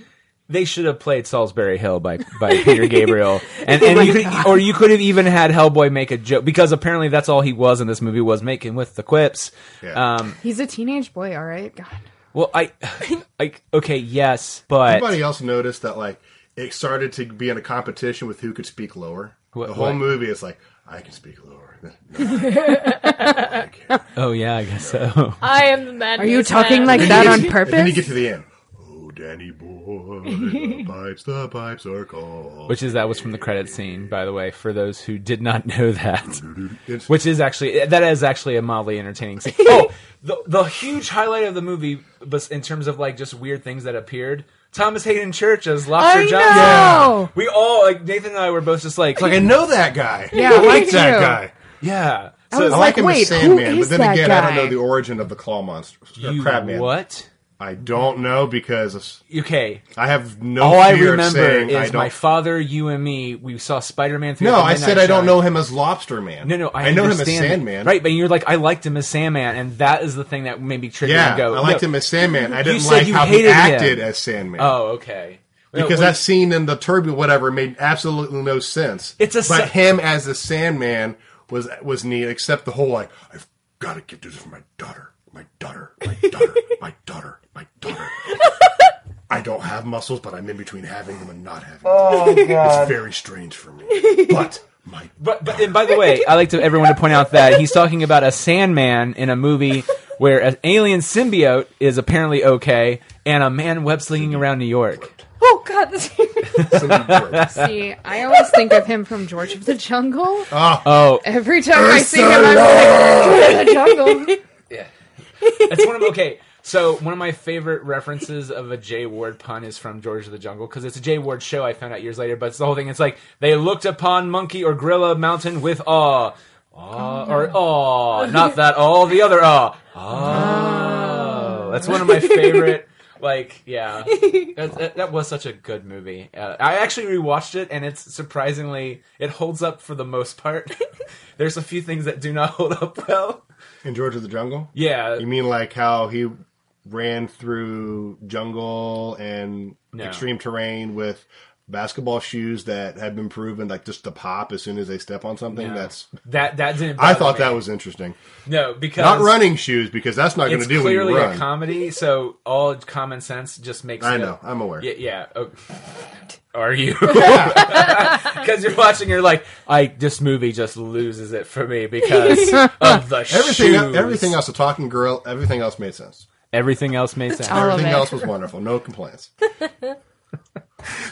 S1: They should have played Salisbury Hill by by Peter Gabriel, and,
S6: Oh
S1: and you could, or you could have even had Hellboy make a joke because apparently that's all he was in this movie was making with the quips.
S3: Yeah.
S1: Um,
S5: He's a teenage boy, all right. God.
S1: well, I, like okay, yes, but
S3: Anybody else notice that like it started to be in a competition with who could speak lower?
S1: What-
S3: the whole
S1: what?
S3: movie is like, I can speak lower. I can't.
S1: oh yeah, I guess so.
S2: I am the man.
S5: Are you talking like that on
S3: And then you
S5: purpose?
S3: get to the end. Oh, Danny boy, the pipes, the pipes are called.
S1: Which is that was from the credit scene, by the way, for those who did not know that.
S3: It's-
S1: Which is actually that is actually a mildly entertaining scene. Oh, the the huge highlight of the movie, bes- in terms of like just weird things that appeared. Thomas Hayden Church as Lobster
S5: I
S1: Johnson.
S5: know!
S1: We all like Nathan and I were both just like,
S3: like I know that guy.
S5: Yeah, I like
S3: that
S5: you.
S3: guy.
S1: yeah.
S5: I
S1: So
S5: was
S3: I like,
S5: Like,
S3: him as
S5: wait, who
S3: Sandman, but
S5: is
S3: then
S5: that
S3: again, I don't
S5: guy?
S3: know the origin of the claw monster or
S1: you
S3: crab man.
S1: what?
S3: I don't know because
S1: Okay.
S3: I have no
S1: All I
S3: fear of
S1: remember
S3: saying I
S1: is
S3: don't.
S1: my father, you, and me. We saw Spider Man.
S3: no, I said I don't know him as Lobster Man.
S1: No, no, I,
S3: know him as
S1: understand that.
S3: Sandman.
S1: Right, but you're like, I liked him as Sandman, and that is the thing that made me trigger
S3: Yeah,
S1: and go.
S3: I liked
S1: no.
S3: him as Sandman. I didn't
S1: said
S3: like
S1: you
S3: how he
S1: hated him.
S3: acted as Sandman.
S1: Oh, okay. No,
S3: because
S1: wait,
S3: that scene in the turbulent whatever made absolutely no sense.
S1: It's a
S3: but
S1: sa-
S3: him as the Sandman was was neat, except the whole like I've got to get this for my daughter, my daughter, my daughter, my daughter, my daughter. I don't have muscles, but I'm in between having them and not having them. Oh god, it's very strange for me. But my
S1: But, but and by the way, I like to everyone to point out that he's talking about a Sandman in a movie where an alien symbiote is apparently okay, and a man web slinging around New York.
S2: Oh god, this
S5: See, I always think of him from George of the Jungle.
S1: Oh,
S5: Every time I see him, I'm like, George of the Jungle.
S1: it's one of okay. So one of my favorite references of a Jay Ward pun is from George of the Jungle because it's a Jay Ward show I found out years later. But it's the whole thing. It's like they looked upon monkey or gorilla mountain with awe, awe or
S3: Oh.
S1: awe, not that all the other awe. Oh, that's one of my favorite. Like, yeah, that, that, that was such a good movie. Uh, I actually rewatched it, and it's surprisingly it holds up for the most part. There's a few things that do not hold up well.
S3: in George of the Jungle.
S1: Yeah,
S3: You mean like how he ran through jungle and
S1: No.
S3: extreme terrain with basketball shoes that have been proven like just to pop as soon as they step on something?
S1: No.
S3: That's
S1: That that didn't.
S3: I
S1: bother
S3: thought
S1: me.
S3: that was interesting.
S1: no because
S3: Not running shoes because that's not going
S1: It's
S3: to do when
S1: clearly
S3: you
S1: a
S3: run.
S1: comedy, so all common sense just makes.
S3: I
S1: it-
S3: know. I'm aware.
S1: Yeah, yeah. Oh. Are you? Because you're watching, you're like, I. This movie just loses it for me because of the
S3: Everything,
S1: shoes.
S3: everything else, the talking girl, everything else made sense.
S1: everything else made sense.
S5: All of
S3: everything
S5: it.
S3: else was wonderful. No complaints.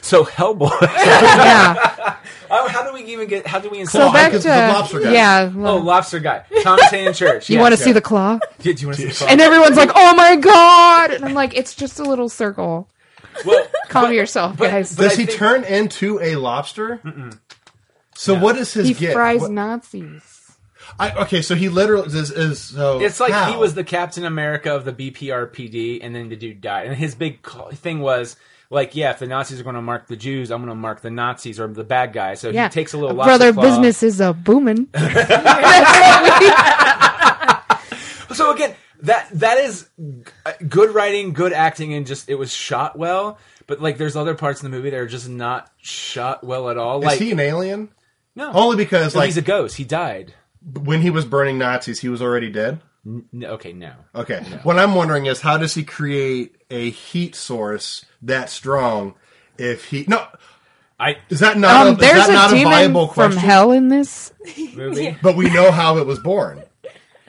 S1: So Hellboy.
S5: Yeah.
S1: oh, how do we even get? How do we?
S5: So
S1: Insult?
S5: back
S3: could-
S5: to
S3: the lobster guy.
S5: yeah.
S1: oh,
S5: Well,
S1: lobster guy, Thomas Hayden Church.
S5: you
S1: Yeah.
S5: want to see the claw?
S1: Yeah, do you want to see?
S5: And everyone's like, "Oh my god!" And I'm like, "It's just a little circle.
S1: well,
S5: Calm yourself,
S1: but-
S5: guys."
S1: but
S3: Does
S1: I
S3: he
S1: think-
S3: turn into a lobster? So what is his
S5: he
S3: get?
S5: fries
S3: What-
S5: Nazis.
S3: I, okay, so he literally is, is so.
S1: It's like he
S3: how?
S1: was the Captain America of the BPRPD, and then the dude died. And his big cl- thing was like, yeah, if the Nazis are going to mark the Jews, I'm going to mark the Nazis or the bad guys. So
S5: Yeah,
S1: he takes a little lobster
S5: brother.
S1: claw.
S5: Business is a booming.
S1: So again, that that is g- uh, good writing, good acting, and just it was shot well. But like, there's other parts in the movie that are just not shot well at all.
S3: Is
S1: Like,
S3: he an alien?
S1: no,
S3: Only because
S1: No,
S3: like
S1: he's a ghost. He died.
S3: when he was burning Nazis, he was already dead.
S1: No, okay, no.
S3: Okay. What I'm wondering is how does he create a heat source that strong if he no
S1: I
S3: is that not
S5: Um,
S3: a, is
S5: there's
S3: that
S5: a
S3: not a viable
S5: demon from
S3: question?
S5: hell in this.
S1: movie.
S3: But we know how it was born.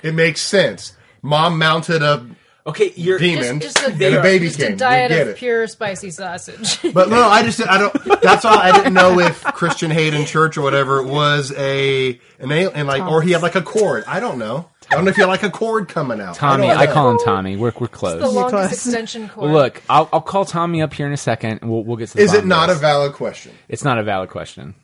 S3: It makes sense. Mom mounted a
S1: Okay, you're
S3: demon
S6: Just, just a,
S3: and a baby
S6: just
S3: came.
S6: a
S3: We
S6: diet
S3: get
S6: of
S3: it.
S6: pure spicy sausage.
S3: But no, I just I don't. That's all. I didn't know if Christian Hayden Church or whatever was a an alien, like or he had like a cord. I don't know. I don't know if he had like a cord coming out.
S1: Tommy.
S3: don't
S1: I
S3: know.
S1: call him Tommy. We're we're close.
S6: the longest
S5: close.
S6: extension cord.
S1: Look, I'll, I'll call Tommy up here in a second, and we'll, we'll get to. The
S3: Is it
S1: bottom
S3: not
S1: of
S3: a
S1: this.
S3: valid question?
S1: It's not a valid question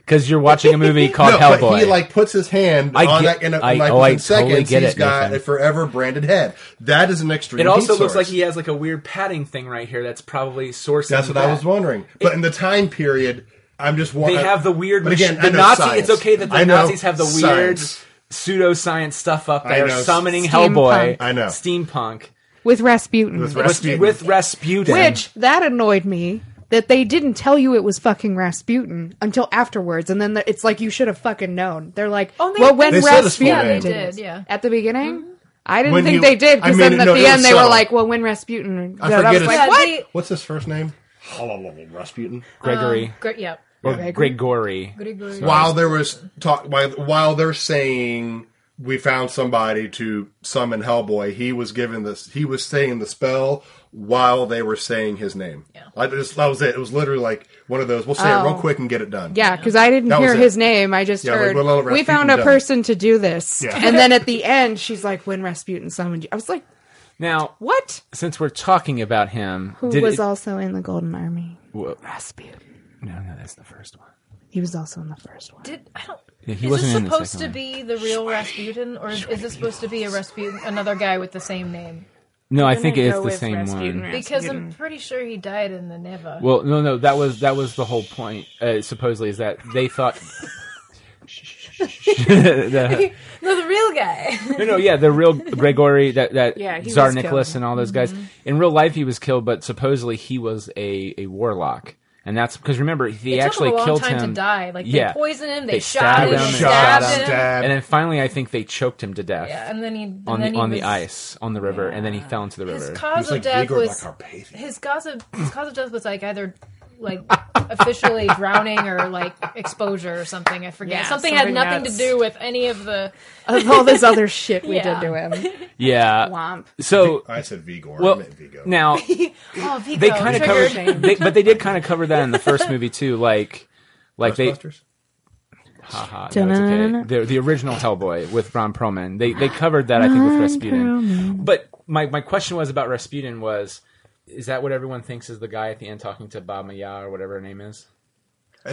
S1: because you're watching a movie called
S3: no,
S1: Hellboy.
S3: but he like puts his hand
S1: I
S3: on
S1: get-
S3: that in a,
S1: I-
S3: like
S1: oh, I
S3: within
S1: totally
S3: seconds.
S1: get
S3: he's
S1: it,
S3: got
S1: Nathan.
S3: a forever branded head. That is an extreme.
S1: it also
S3: heat
S1: looks like
S3: source.
S1: he has like a weird padding thing right here. That's probably sourcing.
S3: That's what I
S1: that.
S3: was wondering. But in the time period, I'm just
S1: They
S3: wondering.
S1: have the weird.
S3: But
S1: mach-
S3: again,
S1: the
S3: I know
S1: Nazi.
S3: science.
S1: It's okay that
S3: I
S1: the
S3: know
S1: Nazis have the weird
S3: science.
S1: pseudoscience stuff up.
S3: I
S1: They're
S3: know.
S1: summoning
S5: Steampunk.
S1: Hellboy.
S3: I know.
S1: steampunk
S5: with Rasputin.
S3: with
S1: with,
S3: Rasputin.
S1: with Rasputin.
S5: Which that annoyed me that they didn't tell you it was fucking Rasputin until afterwards, and then the, it's like you should have fucking known. They're like,
S6: Oh, they-
S5: well, when
S3: They said his full name.
S5: Rasputin
S3: Yeah,
S5: did,
S3: they
S6: did,
S5: it.
S6: yeah.
S5: at the beginning. I didn't
S3: When
S5: think
S3: you-
S5: they did
S3: I
S5: because
S3: mean,
S5: then at
S3: no, it
S5: the
S3: was
S5: end they were
S3: subtle.
S5: like, "Well, when Rasputin,"
S3: I
S5: did it,"
S3: forget
S5: was
S3: his-
S5: like,
S6: Yeah,
S5: "What?"
S6: they-
S3: What's his first name? Rasputin.
S1: Gregory
S6: Great. Yep.
S1: or um, Gregory.
S3: While there was talk, while, while they're saying we found somebody to summon Hellboy, he was given this. He was saying the spell while they were saying his name. Yeah, I just that was it. It was literally like one of those. We'll say it real quick and get it done.
S5: Oh. Yeah, because I didn't
S3: That was
S5: hear
S3: it.
S5: his name. I just
S3: Yeah, like,
S5: heard
S3: well, well,
S5: we
S3: Rasputin
S5: found a
S3: done it."
S5: person to do this,
S3: Yeah.
S5: and then at the end she's like, "When Rasputin summoned you," I was like,
S1: Now,
S5: "What?"
S1: since we're talking about him,
S5: Who
S1: did
S5: was
S1: it-
S5: also in the Golden Army?
S1: Whoa.
S5: Rasputin.
S1: No, no, that's the first one.
S5: He was also in the first one.
S6: Did I don't.
S1: Yeah, he
S6: is
S1: wasn't
S6: this
S1: in the
S6: supposed
S1: second
S6: to be the real Rasputin, or is, is this supposed to be a Rasputin, another guy with the same name?
S1: No, I think
S5: gonna
S1: it's
S5: go
S1: the
S5: with
S1: same
S5: Rasputin.
S1: one.
S6: Because I'm pretty sure he died in the Neva.
S1: Well, no, no, that was that was the whole point. Uh, supposedly, is that they thought. The-
S6: no, the real guy.
S1: no, no, yeah, the real Gregory, that that
S8: Yeah, he
S1: Tsar
S8: was
S1: Nicholas,
S8: killed.
S1: and all those guys.
S6: Mm-hmm.
S1: In real life, he was killed, but supposedly he was a a warlock, and that's because remember he
S6: it
S1: actually
S6: took him a long
S1: killed
S6: time
S1: him
S6: to die. Like
S1: Yeah.
S6: they poisoned him, they,
S1: They
S6: shot
S1: stabbed him,
S6: him, they
S1: they
S6: stabbed
S1: shot
S6: him,
S1: him. and then finally, I think they choked him to death
S6: Yeah, and then he and
S1: on
S6: then
S1: the
S6: he
S1: on
S6: was,
S1: the ice on the river, and then he fell into the
S6: His
S1: river.
S6: cause of death
S3: Igor
S6: was
S3: Carpathian.
S6: his cause of his cause of death was like either like officially drowning or like exposure or something. I forget.
S8: Yeah,
S6: something, had
S8: something
S6: nothing
S8: nuts.
S6: to do with any of the.
S5: of all this other shit we
S6: Yeah.
S5: did to him.
S1: yeah.
S5: Womp.
S1: So
S3: I said Vigor. I
S1: well,
S3: meant uh, Vigo.
S1: now
S6: Oh, Vico,
S1: they kind of
S6: triggered.
S1: covered, they, but they did kind of cover that in the first movie too. Like, like they,
S3: Ghostbusters?
S1: haha, no, it's okay. the, the original Hellboy with Ron Perlman. They they covered that I think with Rasputin. But my my question was about Rasputin was. Is that what everyone thinks is the guy at the end talking to Baba Yaga or whatever her name is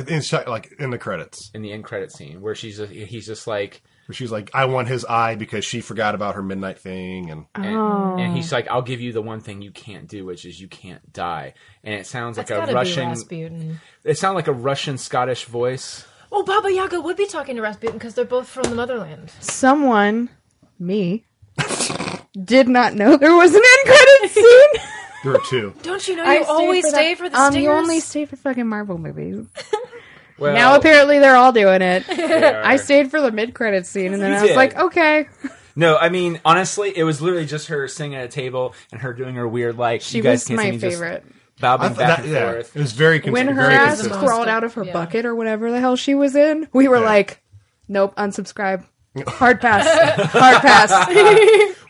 S3: In shot- like in the credits,
S1: in the end credit scene where she's just, he's just like
S3: where she's like, "I want his eye because she forgot about her midnight thing," and
S1: and,
S6: Oh.
S1: and he's like I'll give you the one thing you can't do which is you can't die and it sounds like
S6: It's gotta
S1: a
S6: be
S1: Russian
S6: Rasputin.
S1: it sounds like a Russian Scottish voice
S6: Oh, Baba Yaga would be talking to Rasputin because they're both from the motherland.
S5: Someone, me, did not know there was an end credit scene.
S3: there were two.
S6: Don't you know you always stay for the
S5: um,
S6: stingers?
S5: you only stay for fucking Marvel movies.
S1: well,
S5: Now apparently they're all doing it.
S1: they are.
S5: I stayed for the mid credit scene and then
S1: You
S5: I was
S1: did.
S5: like, okay.
S1: No, I mean honestly, it was literally just her sitting at a table and her doing her weird like.
S5: She
S1: you guys
S5: was
S1: can't see
S5: my
S1: me, just
S5: favorite.
S1: bobbing
S3: I thought
S1: back
S3: that,
S1: and
S3: yeah,
S1: forth.
S3: it was very cons-
S5: When her
S3: very
S5: ass
S3: consistent.
S5: crawled out of her
S6: Yeah.
S5: bucket or whatever the hell she was in, we were
S3: Yeah.
S5: like, nope, unsubscribe. Hard pass. Hard pass.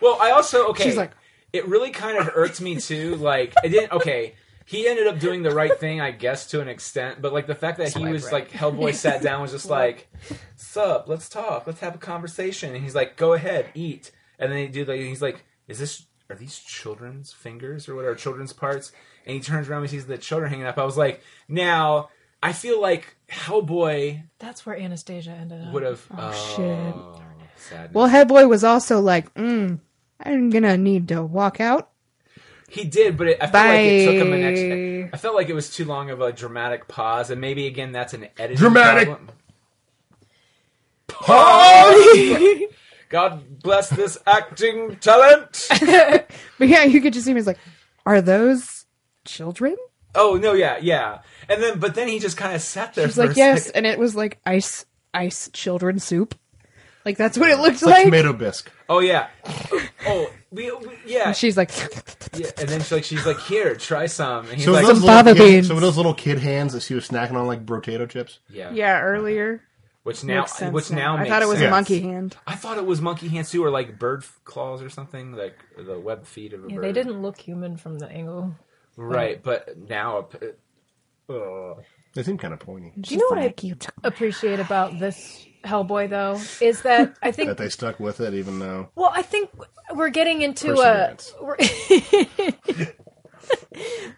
S1: Well, I also okay.
S5: She's like-
S1: it really kind of irked me too. Like, it didn't. Okay, he ended up doing the right thing, I guess, to an extent. But like the fact that he was like Hellboy sat down was just like, "Sup, let's talk, let's have a conversation." And he's like, "Go ahead, eat." And then he do like he's like, "Is this are these children's fingers or what are children's parts?" And he turns around and sees the children hanging up. I was like, now. I feel like Hellboy
S6: That's where Anastasia ended up.
S1: would have. Oh, shit! Sadness.
S5: well, Headboy was also like, mm, I'm gonna need to walk out.
S1: He did, but it, I felt like it took him an
S5: Bye.
S1: extra. I felt like it was too long of a dramatic pause, and maybe again that's an editing
S3: Dramatic
S1: problem. God bless this acting talent.
S5: But yeah, you could just see him as like, are those children?
S1: oh no, yeah, yeah, and then but then he just kind of sat there.
S5: It's
S1: for
S5: like,
S1: a
S5: yes,
S1: second.
S5: and it was like ice ice children soup. Like that's what it looked
S3: It's like,
S5: like.
S3: tomato bisque.
S1: Oh yeah. Oh, we, we- yeah,
S5: And she's like
S1: yeah. And then she's like, she's like, here, try some. And he's
S3: So
S1: like,
S3: those
S5: Some
S3: little
S5: fava
S3: kid-
S5: beans.
S3: So those little kid hands that she was snacking on like potato chips.
S1: yeah,
S8: Yeah, earlier.
S1: Which now,
S5: Makes sense
S1: which now,
S5: I
S1: makes
S5: thought it was
S1: sense.
S5: a monkey hand.
S1: I thought it was monkey hands too, or like bird f- claws or something, like the web feet of a
S6: Yeah,
S1: bird.
S6: they didn't look human from the angle.
S1: Right, but now, uh,
S3: They seem kind of pointy.
S6: Do you know what I appreciate about this Hellboy though is that I think
S3: That they stuck with it even though.
S6: well I think we're getting into a
S3: Perseverance.
S6: we're,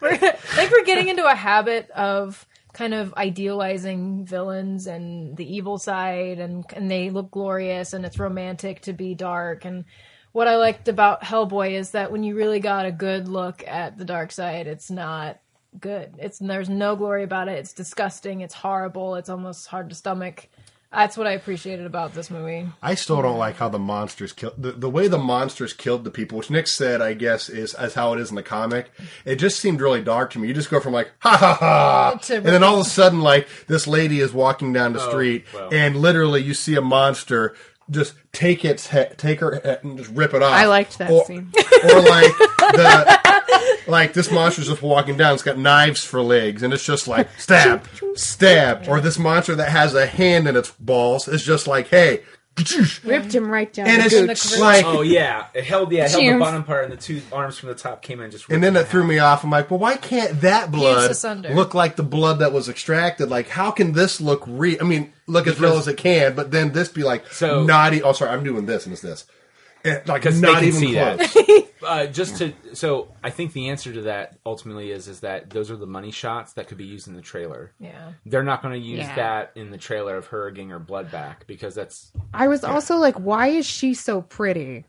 S6: we're, I think we're getting into a habit of kind of idealizing villains and the evil side, and and they look glorious, and it's romantic to be dark. And what I liked about Hellboy is that when you really got a good look at the dark side, it's not good. It's there's no glory about it. It's disgusting. It's horrible. It's almost hard to stomach. That's what I appreciated about this movie.
S3: I still don't like how the monsters killed the, the way the monsters killed the people, which Nick said, I guess, is as how it is in the comic. It just seemed really dark to me. You just go from like ha ha ha,
S6: To-
S3: and then all of a sudden, like this lady is walking down the street,
S1: well.
S3: and literally you see a monster just take its head, take her head, and just rip it off.
S5: I liked that
S3: Or-
S5: scene.
S3: or like the like this monster's just walking down. It's got knives for legs, and it's just like stab, stab. Or this monster that has a hand in its balls is just like hey,
S5: Ripped him right down.
S3: and
S5: the
S6: in
S5: gooch.
S3: it's
S6: the
S3: like.
S1: Oh yeah, it held yeah, it held the
S5: Cheers.
S1: bottom part, and the two arms from the top came in just.
S3: And then that threw me off. I'm like, well, why can't that blood
S6: asunder.
S3: look like the blood that was extracted? Like, how can this look real? I mean, look as real as it can, but then this be like
S1: So-
S3: naughty. Oh, sorry, I'm doing this and it's this. It, like,
S1: 'Cause they
S3: not
S1: can
S3: even
S1: see that.
S3: close.
S1: uh, just to so I think the answer to that ultimately is is that those are the money shots that could be used in the trailer.
S6: Yeah.
S1: They're not going to use
S5: Yeah.
S1: that in the trailer of her getting her blood back because that's
S5: I was also like, why is she so pretty?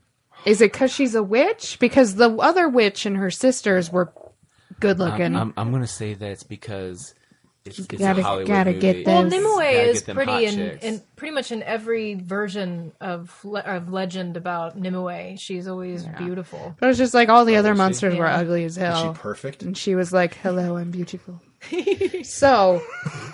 S5: Is it because she's a witch? Because the other witch and her sisters were good looking.
S1: I'm, I'm going to say that it's because it's, it's
S5: gotta-
S1: a Hollywood
S5: gotta
S1: movie.
S5: get
S6: Well,
S5: Yes.
S1: Gotta
S6: Nimue
S1: get
S6: is
S1: them hot
S6: pretty in,
S1: chicks.
S6: in pretty much in every version of le- of legend about Nimue. She's always beautiful.
S5: but it was just like all the other monsters were
S6: Yeah.
S5: ugly as
S3: Is
S5: hell.
S3: she perfect?
S5: and she was like, "Hello, I'm beautiful." so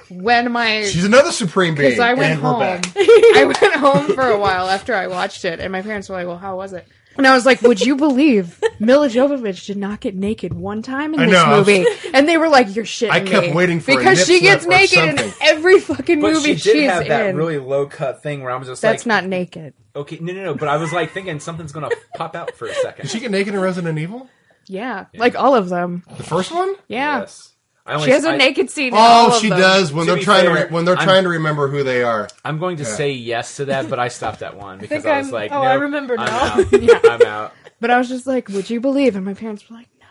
S5: when my
S3: She's another supreme being.
S5: Because I went
S3: and we're
S5: home.
S3: back.
S5: I went home for a while after I watched it, and my parents were like, "Well, how was it?" And I was like, "Would you believe Mila Jovovich did not get naked one time in
S3: I
S5: this
S3: know, I was-
S5: movie?" And they were like, "You're shitting
S3: I kept
S5: me."
S3: waiting for a
S5: because
S3: nip
S5: she
S3: slip
S5: gets
S3: or
S5: naked in
S3: something.
S5: every fucking
S1: But
S5: movie
S1: she did
S5: she's
S1: have that
S5: in.
S1: really low cut thing where I was just
S5: That's
S1: like,
S5: not naked.
S1: okay, no, no, no. But I was like thinking something's going to pop out for a second.
S3: Did she get naked in Resident Evil?
S5: Yeah, like all of them.
S3: The first one?
S5: Yeah,
S1: Yes. I only,
S5: she has a
S1: I-
S5: naked scene. in all
S3: Oh,
S5: of
S3: she
S5: them.
S3: does when
S1: To
S3: they're
S1: be
S3: trying
S1: fair,
S3: to re- when they're
S1: I'm-
S3: trying to remember who they are.
S1: I'm going to
S3: Yeah.
S1: say yes to that, but I stopped at one because
S6: think
S1: I was
S6: I'm-
S1: like,
S6: oh, I
S1: nope,
S6: remember
S1: I'm
S6: now.
S1: out. I'm out.
S5: But I was just like, "Would you believe?" And my parents were like, "No."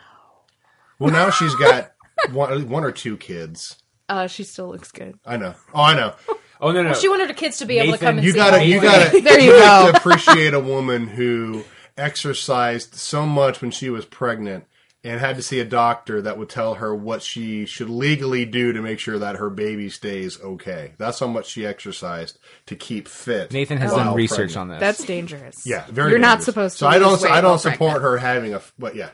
S3: Well, now she's got one, one or two kids.
S5: Uh, she still looks good.
S3: I know. Oh, I know.
S1: Oh no, no.
S6: She wanted her kids to be able to
S1: Nathan,
S6: come and
S3: You
S6: see.
S3: gotta, you
S1: Hellboy.
S3: gotta,
S5: There
S3: you
S5: you
S3: have to appreciate a woman who exercised so much when she was pregnant and had to see a doctor that would tell her what she should legally do to make sure that her baby stays okay. That's how much she exercised to keep fit.
S1: Nathan has
S3: while
S1: done research
S3: pregnant.
S1: on this.
S5: That's dangerous.
S3: Yeah, very.
S5: You're not
S3: dangerous.
S5: supposed to
S3: So I
S5: lose
S3: don't.
S5: weight
S3: I
S5: while
S3: don't support
S5: pregnant.
S3: her having a. f- But yeah,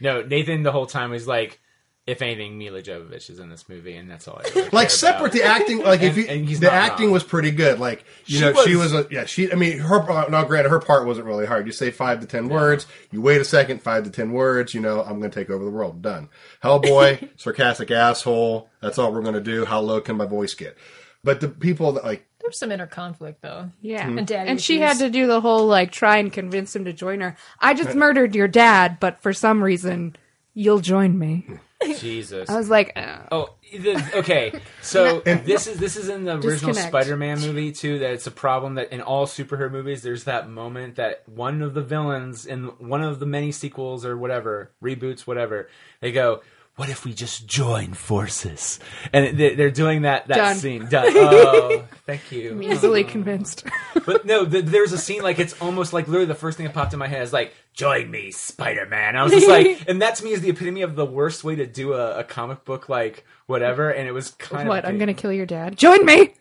S1: no. Nathan the whole time was like, if anything, Mila Jovovich is in this movie, and that's all. I really care
S3: like separate
S1: about.
S3: the acting like if
S1: And-
S3: you
S1: and he's
S3: the
S1: not
S3: acting
S1: wrong.
S3: was pretty good like you know she was a yeah she i mean her part- now granted her part wasn't really hard you say five to ten words you wait a second five to ten words you know i'm gonna take over the world done hellboy sarcastic asshole that's all we're gonna do how low can my voice get but the people that like
S6: There's some inner conflict though.
S5: Yeah.
S3: Mm-hmm.
S6: And daddy
S5: And she had
S6: issues.
S5: to do the whole like try and convince him to join her. I just murdered your dad, but for some reason you'll join me.
S1: Jesus.
S5: I was like, uh,
S1: Oh, the, okay. So this is this is in the original
S5: Disconnect.
S1: Spider-Man movie too. That it's a problem that in all superhero movies, there's that moment that one of the villains in one of the many sequels or whatever reboots, whatever they go. What if we just join forces? And they- they're doing that that
S5: Done.
S1: scene. Done. Oh, thank you.
S5: easily convinced.
S1: But no, th- there's a scene like it's almost like literally the first thing that popped in my head is like, "Join me, Spider Man." I was just like, and that to me is the epitome of the worst way to do a, a comic book like whatever. And it was kind
S5: what?
S1: of
S5: I'm gonna kill your dad. Join me.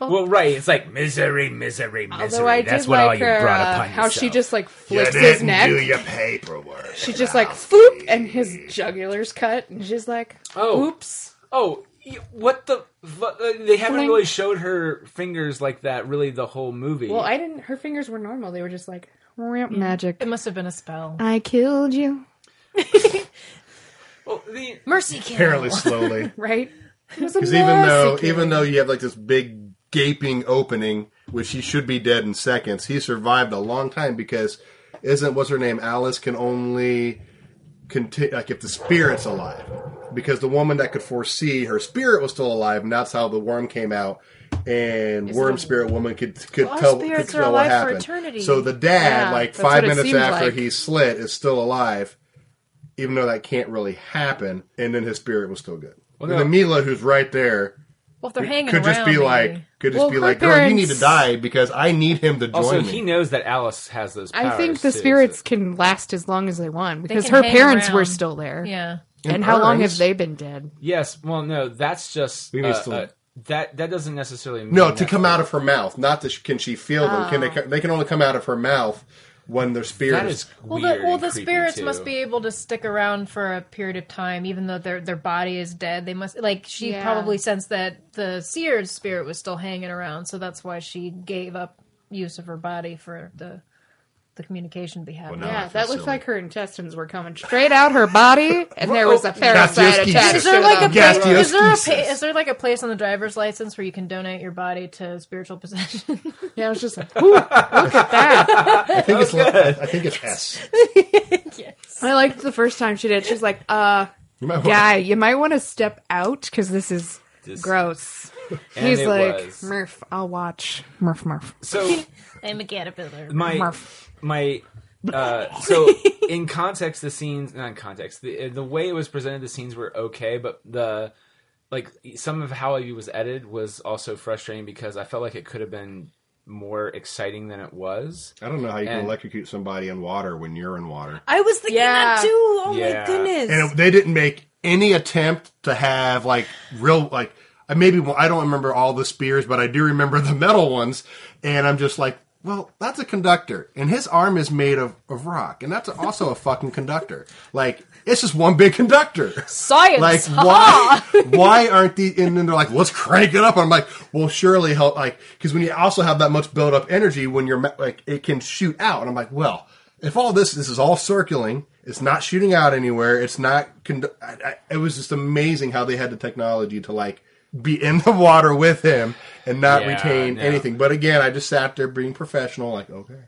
S1: well, right? It's like misery, misery, misery.
S5: Although I
S1: That's
S5: did
S1: what all
S5: like
S1: you
S5: her,
S1: brought
S5: uh,
S1: upon
S5: how she
S1: yourself.
S5: just like flips his neck.
S3: your paperwork
S5: She just like foop and his jugular's cut, and she's like,
S1: Oh.
S5: "Oops."
S1: Oh, y- what the? fu- uh, They haven't
S5: Bling.
S1: really showed her fingers like that. Really, the whole movie.
S5: Well, I didn't. Her fingers were normal. They were just like magic.
S6: It must have been a spell.
S5: I killed you,
S1: Well, Oh, the,
S6: Mercy kill.
S3: apparently slowly
S5: right?
S3: Because even though even though you have like this big gaping opening, which he should be dead in seconds, he survived a long time because isn't what's her name Alice can only conti- like if the spirit's alive because the woman that could foresee her spirit was still alive, and that's how the worm came out. And worm spirit woman could could
S6: Our
S3: tell could
S6: spirits are
S3: tell
S6: alive
S3: what
S6: for
S3: happened.
S6: eternity.
S3: So the dad,
S5: Yeah,
S3: like
S5: that's
S3: five
S5: what it
S3: minutes
S5: seemed
S3: after
S5: like.
S3: he slit, is still alive, even though that can't really happen. And then his spirit was still good.
S1: Well,
S3: And the
S1: no.
S3: Mila, who's right there,
S6: Well, if they're hanging
S3: could just
S6: around,
S3: be
S6: maybe.
S3: like, could just
S5: Well,
S3: be
S5: her
S3: like, girl, you need to
S5: parents-
S3: die because I need him to join
S1: Also,
S3: me.
S1: he knows that Alice has those powers.
S5: I think the
S1: too,
S5: spirits
S1: so-
S5: can last as long as they want because
S6: can
S5: her
S6: hang
S5: parents were
S6: around.
S5: still there.
S6: yeah.
S5: And,
S3: And
S5: how long have
S3: Ernst.
S5: they been dead?
S1: Yes. Well, no, that's just.
S3: We need
S1: uh,
S3: to-
S1: uh, that that doesn't necessarily mean
S3: no, to
S1: that-
S3: come out of her mouth. Not that she, can she feel them. Can
S5: Oh.
S3: they? They can only come out of her mouth when their spirit
S1: That
S3: is-
S1: is
S6: Well,
S1: weird
S6: the, well,
S1: and
S6: the
S1: creepy,
S6: spirits
S1: too.
S6: must be able to stick around for a period of time, even though their their body is dead. They must like she
S5: Yeah.
S6: probably sensed that the seer's spirit was still hanging around, so that's why she gave up use of her body for the the communication to be happening.
S3: no.
S8: Yeah,
S3: I feel
S8: that looked
S3: silly.
S8: like her intestines were coming straight.
S5: Straight out her body, and there was a parasite
S3: Gastiewski.
S5: attached
S6: Is
S5: to
S6: there like a
S1: um,
S5: them.
S3: Yes,
S6: place,
S3: yes,
S6: is there a
S3: yes, yes.
S6: pa- is there like a place on the driver's license where you can donate your body to spiritual possession?
S8: Yeah, I was just like, Ooh,
S3: I think it's. I think it's S.
S5: I liked the first time she did. She's like, uh,
S3: You might want-
S5: guy, you might want to step out because this is
S1: This-
S5: gross.
S1: And
S5: He's
S1: it
S5: like,
S1: was.
S5: Murph, I'll watch. Murph, Murph.
S1: So
S6: I'm a caterpillar.
S1: my
S5: Murph.
S1: my uh, so in context the scenes not in context the the way it was presented the scenes were okay but the like some of how it was edited was also frustrating because I felt like it could have been more exciting than it was.
S3: I don't know how you can
S1: And-
S3: electrocute somebody in water when you're in water.
S6: I was thinking
S5: Yeah.
S6: that too. Oh
S1: Yeah.
S6: my goodness.
S3: and it, they didn't make any attempt to have like real like I maybe I don't remember all the spears, but I do remember the metal ones, and I'm just like. Well, that's a conductor, and his arm is made of, of rock, and that's also a fucking conductor. Like, it's just one big conductor.
S6: Science.
S3: Like, why? why aren't the? And then they're like, let's crank it up. I'm like, well, surely help. Like, because when you also have that much built up energy, when you're ma- like, it can shoot out. And I'm like, well, if all this, this is all circling. It's not shooting out anywhere. It's not. Con- I, I, it was just amazing how they had the technology to like be in the water with him and not
S1: Yeah,
S3: retain
S1: no.
S3: anything. But again, I just sat there being professional. Like, okay,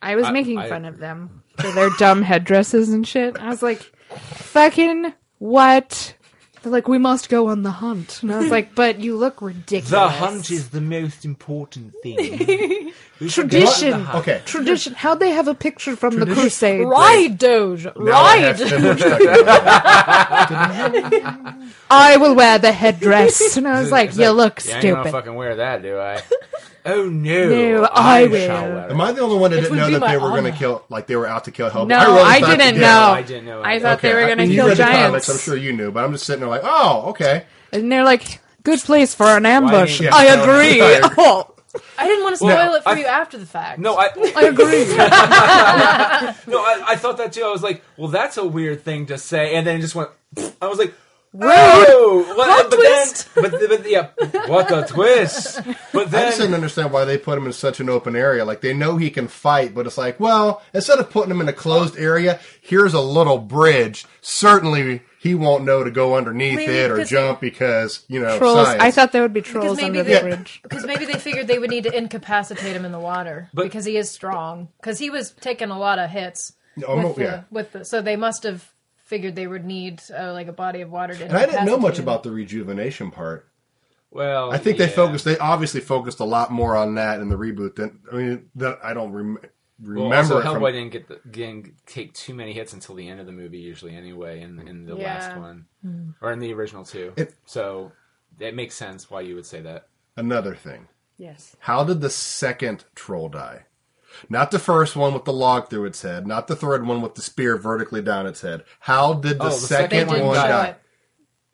S5: I was making
S1: I
S5: fun of them for their dumb headdresses and shit. I was like, fucking what? They're like, we must go on the hunt. And I was like, but you look ridiculous.
S1: The hunt is the most important thing.
S5: tradition.
S3: okay.
S5: Tradition. How'd they have a picture from the crusade?
S2: Why, Doge?
S3: Now I have- then we're stuck in the water.
S5: I will wear the headdress. And I was like, you look
S1: yeah, I ain't gonna
S5: stupid.
S1: fucking wear that, do I? Oh no!
S5: No, I will.
S1: shall wear it.
S3: Am I the only one that didn't
S6: would
S3: know
S6: be
S3: that
S6: my
S3: they were going to
S6: honor.
S3: kill? Like they were out to kill Hellboy?
S5: No,
S3: really
S5: I
S3: thought they
S5: didn't
S3: did.
S5: know.
S1: I didn't know.
S5: Oh. I
S1: either.
S5: thought they were
S3: I-
S5: going to
S3: you
S5: kill
S3: read the comics,
S5: giants.
S3: I'm sure you knew, but I'm just sitting there like, oh, okay.
S5: And they're like, good place for an ambush.
S1: didn't-
S5: I
S3: Yeah.
S5: agree.
S3: Yeah.
S5: Oh,
S6: I didn't want to spoil
S1: Well,
S6: it for
S1: I-
S6: you after the fact.
S1: No, I
S5: I agree.
S1: no, I, I thought that too. I was like, well, that's a weird thing to say, and then it just went. I was like, oh, what, but
S6: twist.
S1: Then, but, but yeah, what a twist! But
S3: I just didn't
S1: then.
S3: understand why they put him in such an open area. Like they know he can fight, but it's like, well, instead of putting him in a closed area, here's a little bridge. Certainly, he won't know to go underneath
S6: Maybe
S3: it or
S6: because-
S3: jump because you know
S5: trolls.
S3: science.
S5: I thought there would be trolls
S6: maybe
S5: under the
S6: they-
S5: bridge.
S6: Because maybe they figured they would need to incapacitate him in the water
S1: But-
S6: because he is strong. Because he was taking a lot of hits.
S3: Oh, no,
S6: with the,
S3: yeah.
S6: With the, so they must have figured they would need uh, like a body of water to.
S3: and I didn't know much about the rejuvenation part.
S1: Well,
S3: I think they
S1: yeah.
S3: focused. They obviously focused a lot more on that in the reboot than I mean that I don't rem-
S1: Well,
S3: remember.
S1: also,
S3: it from-
S1: Hellboy didn't get the, didn't take too many hits until the end of the movie, usually anyway, in in the last
S8: Yeah.
S1: one
S5: Hmm.
S1: or in the original two.
S3: It-
S1: so it makes sense why you would say that.
S3: Another thing.
S8: yes.
S3: How did the second troll die? Not the first one with the log through its head, not the third one with the spear vertically down its head. How did the,
S1: Oh, the
S3: second,
S1: second
S6: They didn't
S3: one
S6: show
S3: die?
S6: it.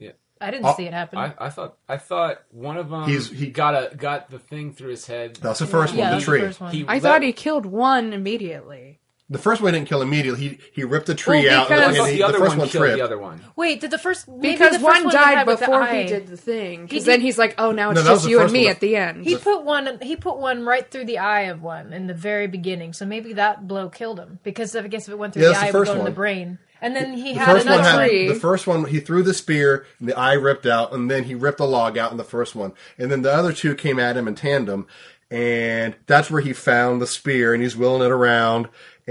S1: Yeah.
S6: I didn't
S3: Oh,
S6: see it happen.
S1: I, I thought I thought one of them
S3: He's- he-
S1: he got a got the thing through his head.
S3: That's the first
S6: yeah,
S3: one,
S6: that
S3: the
S6: was
S3: tree.
S6: The
S3: The
S6: first
S3: first,
S6: one.
S1: He
S8: I
S1: let-
S8: thought he killed one immediately.
S3: one didn't kill immediately. He he ripped the tree
S8: Well,
S3: out. and
S1: I
S8: because-
S1: thought
S3: he-
S1: the other
S3: first
S1: one, killed
S3: tripped.
S1: the other one.
S6: Wait, did the first maybe
S8: Because
S6: the first
S8: one
S6: one
S8: died
S6: had with the
S8: before
S6: eye.
S8: he did the thing.
S6: He
S8: Because then
S6: did-
S8: he's like, oh, now it's
S3: No, that was
S8: just
S3: the
S8: you and
S3: first
S8: me
S3: one.
S8: at the end.
S6: He put one. He put one right through the eye of one in the very beginning. So maybe that blow killed him because I guess if it went through
S3: Yeah,
S6: the
S3: that's the
S6: eye, it would
S3: first
S6: go to
S3: one.
S6: the brain. And then he
S3: The
S6: had
S3: first one
S6: another
S3: had
S8: tree.
S3: the first one. He threw the spear, and the eye ripped out, and then he ripped the log out in the first one, and then the other two came at him in tandem, and that's where he found the spear, and he's wheeling it around,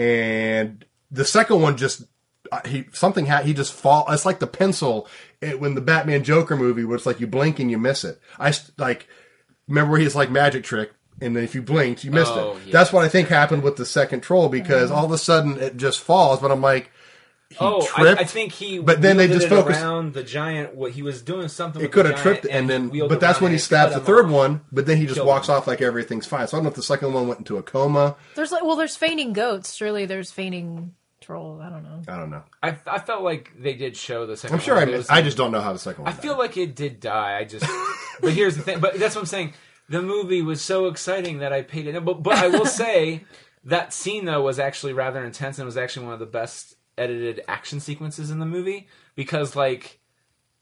S3: and the second one just uh, he something ha- he just fall. It's like the pencil it, when the Batman Joker movie, where it's like you blink and you miss it. I st- like remember where he's like magic trick. And then if you blinked, you missed
S1: Oh,
S3: it.
S1: yeah.
S3: That's what I think happened with the second troll because all of a sudden it just falls. But I'm like, he
S1: oh,
S3: tripped.
S1: I, I think he.
S3: but then they
S1: wielded
S3: just
S1: it
S3: focused-
S1: around the giant. What he was doing something.
S3: it
S1: with
S3: could
S1: the
S3: have
S1: giant
S3: tripped, and then
S1: wheeled
S3: but that's
S1: around
S3: when he
S1: and
S3: slaps the
S1: cut him
S3: third
S1: off.
S3: one. But then he just
S1: Killed
S3: walks
S1: him.
S3: off like everything's fine. So I don't know if the second one went into a coma.
S6: There's like, well, there's fainting goats. Surely there's fainting trolls. I don't know.
S3: I don't know.
S1: I, I felt like they did show the second.
S3: I'm sure
S1: one,
S3: I
S1: but it
S3: missed.
S1: was-
S3: I just don't know how the second
S1: I
S3: one.
S1: feel like it did die. I just. but here's the thing. But that's what I'm saying. The movie was so exciting that I paid it. But, but I will say that scene though was actually rather intense and was actually one of the best edited action sequences in the movie because like.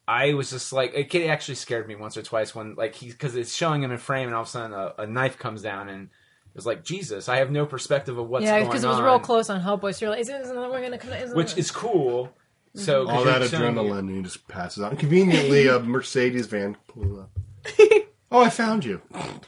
S1: I was just like it it actually scared me once or twice when like he because it's showing him in frame and all of a sudden a, a knife comes down and it was like Jesus I have no perspective of what's
S6: yeah,
S1: going on
S6: because it was real close on Hellboy. So you're like, is it, is another one gonna come? Is another
S1: which
S6: one-
S1: is cool so 'cause
S3: all that
S1: you're showing-
S3: adrenaline, and he just passes out. And conveniently, a Mercedes van pulls up. oh, I found you.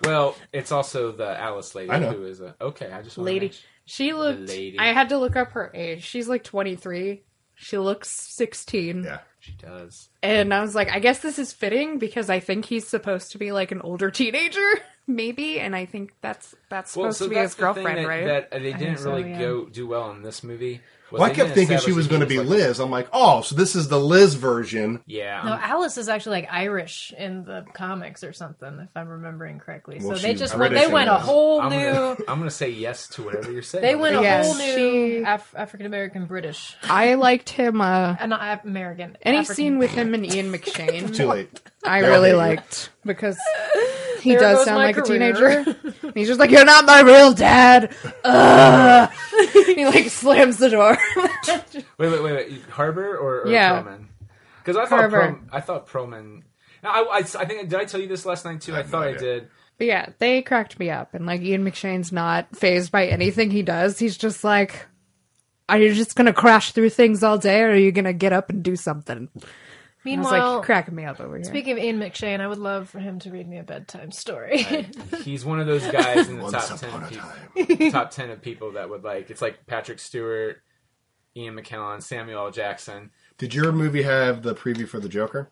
S1: Well, it's also the Alice lady
S3: I know.
S1: who is a okay. I just want
S5: lady. She looked.
S1: lady.
S5: I had to look up her age. She's like 23. She looks 16.
S3: Yeah.
S1: she does.
S5: And I was like, I guess this is fitting because I think he's supposed to be like an older teenager, maybe. And I think that's that's supposed
S1: Well, so
S5: to be
S1: that's
S5: his
S1: the thing
S5: girlfriend,
S1: that,
S5: right?
S1: that they didn't
S6: so,
S1: really
S6: yeah.
S1: go do well in this movie. was
S3: Well, I
S1: they
S3: kept
S1: didn't
S3: thinking she
S1: establish
S3: was
S1: that
S3: going to
S1: he
S3: be
S1: like-
S3: Liz. I'm like, oh, so this is the Liz version.
S1: Yeah,
S6: No, Alice is actually like Irish in the comics or something, if I'm remembering correctly.
S3: Well,
S6: so they
S3: she's
S6: just went, they
S3: British,
S6: went
S3: I
S6: a
S3: guess.
S6: whole
S1: I'm
S6: new.
S1: gonna, I'm gonna say yes to whatever you're saying.
S6: They went a
S5: Yes,
S6: whole new
S5: she-
S6: Af- African American British,
S5: I liked him. Uh,
S6: uh, not Af- American.
S5: any
S6: African-
S5: scene with him and Ian McShane,
S3: Too late.
S5: I
S3: They'll
S5: really
S3: hate you.
S5: liked because he
S6: There
S5: does
S6: goes
S5: sound
S6: my
S5: like a
S6: career.
S5: teenager. And he's just like, "You're not my real dad." Ugh. he like slams the door.
S1: Wait, wait, wait, wait. Harbor or, or
S5: Yeah.
S1: Perlman? Because I thought
S5: Harbor.
S1: Perl, I thought Perlman. No, I, I, I think did I tell you this last night too? I,
S3: have
S1: thought
S3: no
S1: I
S3: idea.
S1: did.
S5: But yeah, they cracked me up, and like Ian McShane's not phased by anything he does. He's just like, "Are you just gonna crash through things all day, or are you gonna get up and do something?" And I was
S6: Meanwhile,
S5: like cracking me up over here.
S6: speaking of Ian McShane, I would love for him to read me a bedtime story.
S1: He's one of those guys in the
S3: Once
S1: top ten
S3: upon a
S1: people.
S3: time.
S1: top ten of people that would like. It's like Patrick Stewart, Ian McKellen, Samuel L. Jackson.
S3: Did your movie have the preview for the Joker?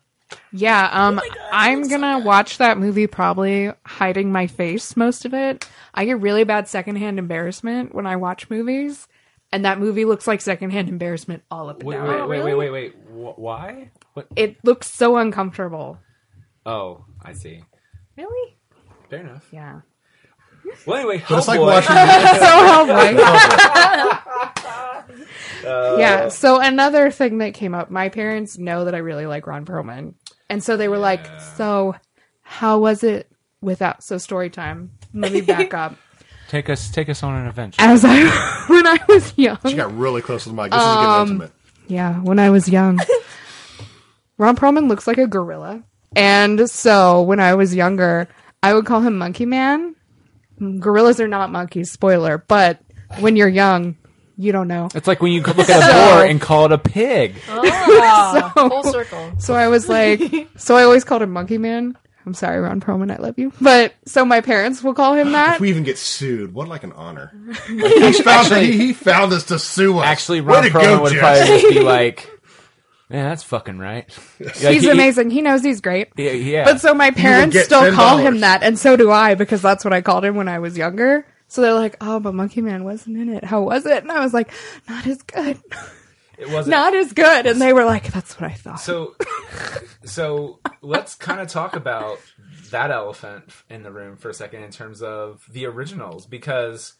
S5: yeah,
S1: Oh
S5: um, I'm gonna watch that movie probably hiding my face most of it. I get really bad secondhand embarrassment when I watch movies, and that movie looks like secondhand embarrassment all up and
S1: Wait,
S5: down.
S1: wait, wait, wait, wait, wait. Wh- why? What?
S5: It looks so uncomfortable.
S1: Oh, I see.
S6: really?
S1: Fair enough.
S5: Yeah.
S1: Well, anyway,
S3: But it's like
S1: Hellboy-
S3: watching.
S5: so Hellboy.
S1: Uh,
S5: yeah. So another thing that came up, my parents know that I really like Ron Perlman, and so they were like, "So, how was it without?" So story time. Let me back up.
S1: Take us, take us on an adventure.
S5: As I when I was
S3: she
S5: young,
S3: got really close to the mic. This
S1: Um,
S3: is getting intimate.
S5: yeah, when I was young, Ron Perlman looks like a gorilla, and so when I was younger, I would call him Monkey Man. Gorillas are not monkeys. Spoiler, but when you're young, you don't know.
S1: It's like when you look at a boar and call it a pig.
S6: Oh, full circle.
S5: So I was like, so I always called him Monkey Man. I'm sorry, Ron Perlman, I love you. But so my parents will call him that.
S3: If we even get sued, what like an honor? Like, he, found, he, he found us to sue us.
S1: Actually,
S3: Way
S1: Ron
S3: to go,
S1: Perlman would
S3: Jeff.
S1: probably just be like, "Man, that's fucking right." Like,
S5: he's
S1: he-
S5: amazing. He knows he's great.
S1: Yeah, yeah.
S5: But so my parents
S3: get
S5: still call
S3: $10.
S5: him that, and so do I, because that's what I called him when I was younger. So they're like, oh, but Monkey Man wasn't in it. How was it? And I was like, not as good.
S1: it wasn't.
S5: Not as good. And they were like, that's what I thought.
S1: So, so let's kind of talk about that elephant in the room for a second in terms of the originals because,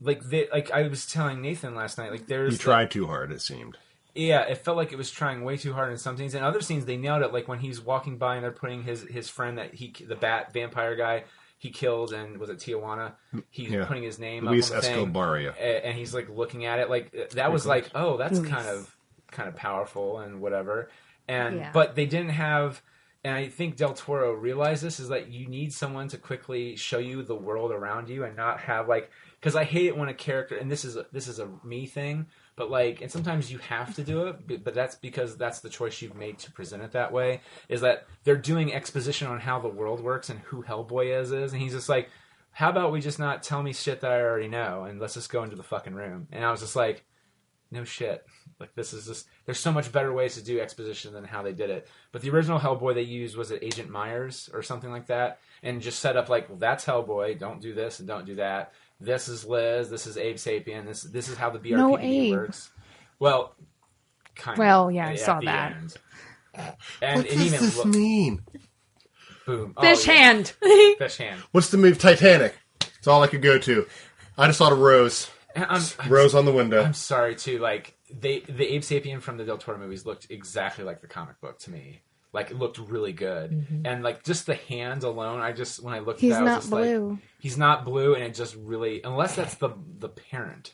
S1: like, they, like I was telling Nathan last night, like there's
S3: You tried too hard, it seemed.
S1: yeah, it felt like it was trying way too hard in some scenes. In other scenes, they nailed it. Like when he's walking by and they're putting his his friend that he the bat vampire guy he killed and was it Tijuana? He's
S3: Yeah.
S1: putting his name
S3: Luis
S1: up on the
S3: Escobar,
S1: thing,
S3: yeah.
S1: a- and he's like looking at it. Like uh, that was like, oh, that's kind of kind of powerful and whatever. And
S5: Yeah.
S1: but they didn't have. And I think Del Toro realized this is that you need someone to quickly show you the world around you and not have like because I hate it when a character and this is a, this is a me thing, but like and sometimes you have to do it, but- but that's because that's the choice you've made to present it that way. Is that they're doing exposition on how the world works and who Hellboy is is, and he's just like, how about we just not tell me shit that I already know and let's just go into the fucking room? And I was just like, no shit. Like this is just there's so much better ways to do exposition than how they did it. But the original Hellboy they used was it Agent Myers or something like that, and just set up like well, that's Hellboy. Don't do this and don't do that. This is Liz. This is Abe Sapien. This this is how the BRPD
S5: Abe.
S1: works. Well, Kind
S5: Well, yeah, I
S1: at
S5: saw
S1: the
S5: that.
S1: end. And
S3: What
S1: it
S3: does
S1: even
S3: this
S1: looked
S3: mean?
S1: boom. Oh,
S8: Fish
S1: yeah,
S8: hand.
S1: Fish hand.
S3: What's the move? Titanic. It's all I could go to. I just thought of Rose.
S1: And um, I'm, I'm,
S3: Rose on the window.
S1: I'm sorry too. Like they, the Ape Sapien from the Del Toro movies looked exactly like the comic book to me. Like it looked really good, and like just the hand alone, I just when I looked,
S5: Mm-hmm. He's
S1: at that, I
S5: not
S1: was just Like,
S5: blue.
S1: he's not blue, and it just really unless that's the the parent,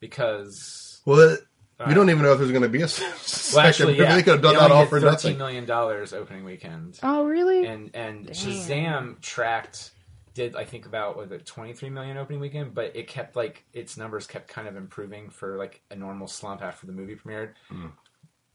S1: because
S3: Well, it, we don't even know if there's going to be a second.
S1: well, actually, yeah,
S3: they could have done
S1: it
S3: that
S1: only
S3: all
S1: did
S3: for
S1: $13
S3: nothing.
S1: million dollars opening weekend.
S5: Oh, really?
S1: and and Shazam tracked did I think about was it 23 million opening weekend, but it kept like its numbers kept kind of improving for like a normal slump after the movie premiered.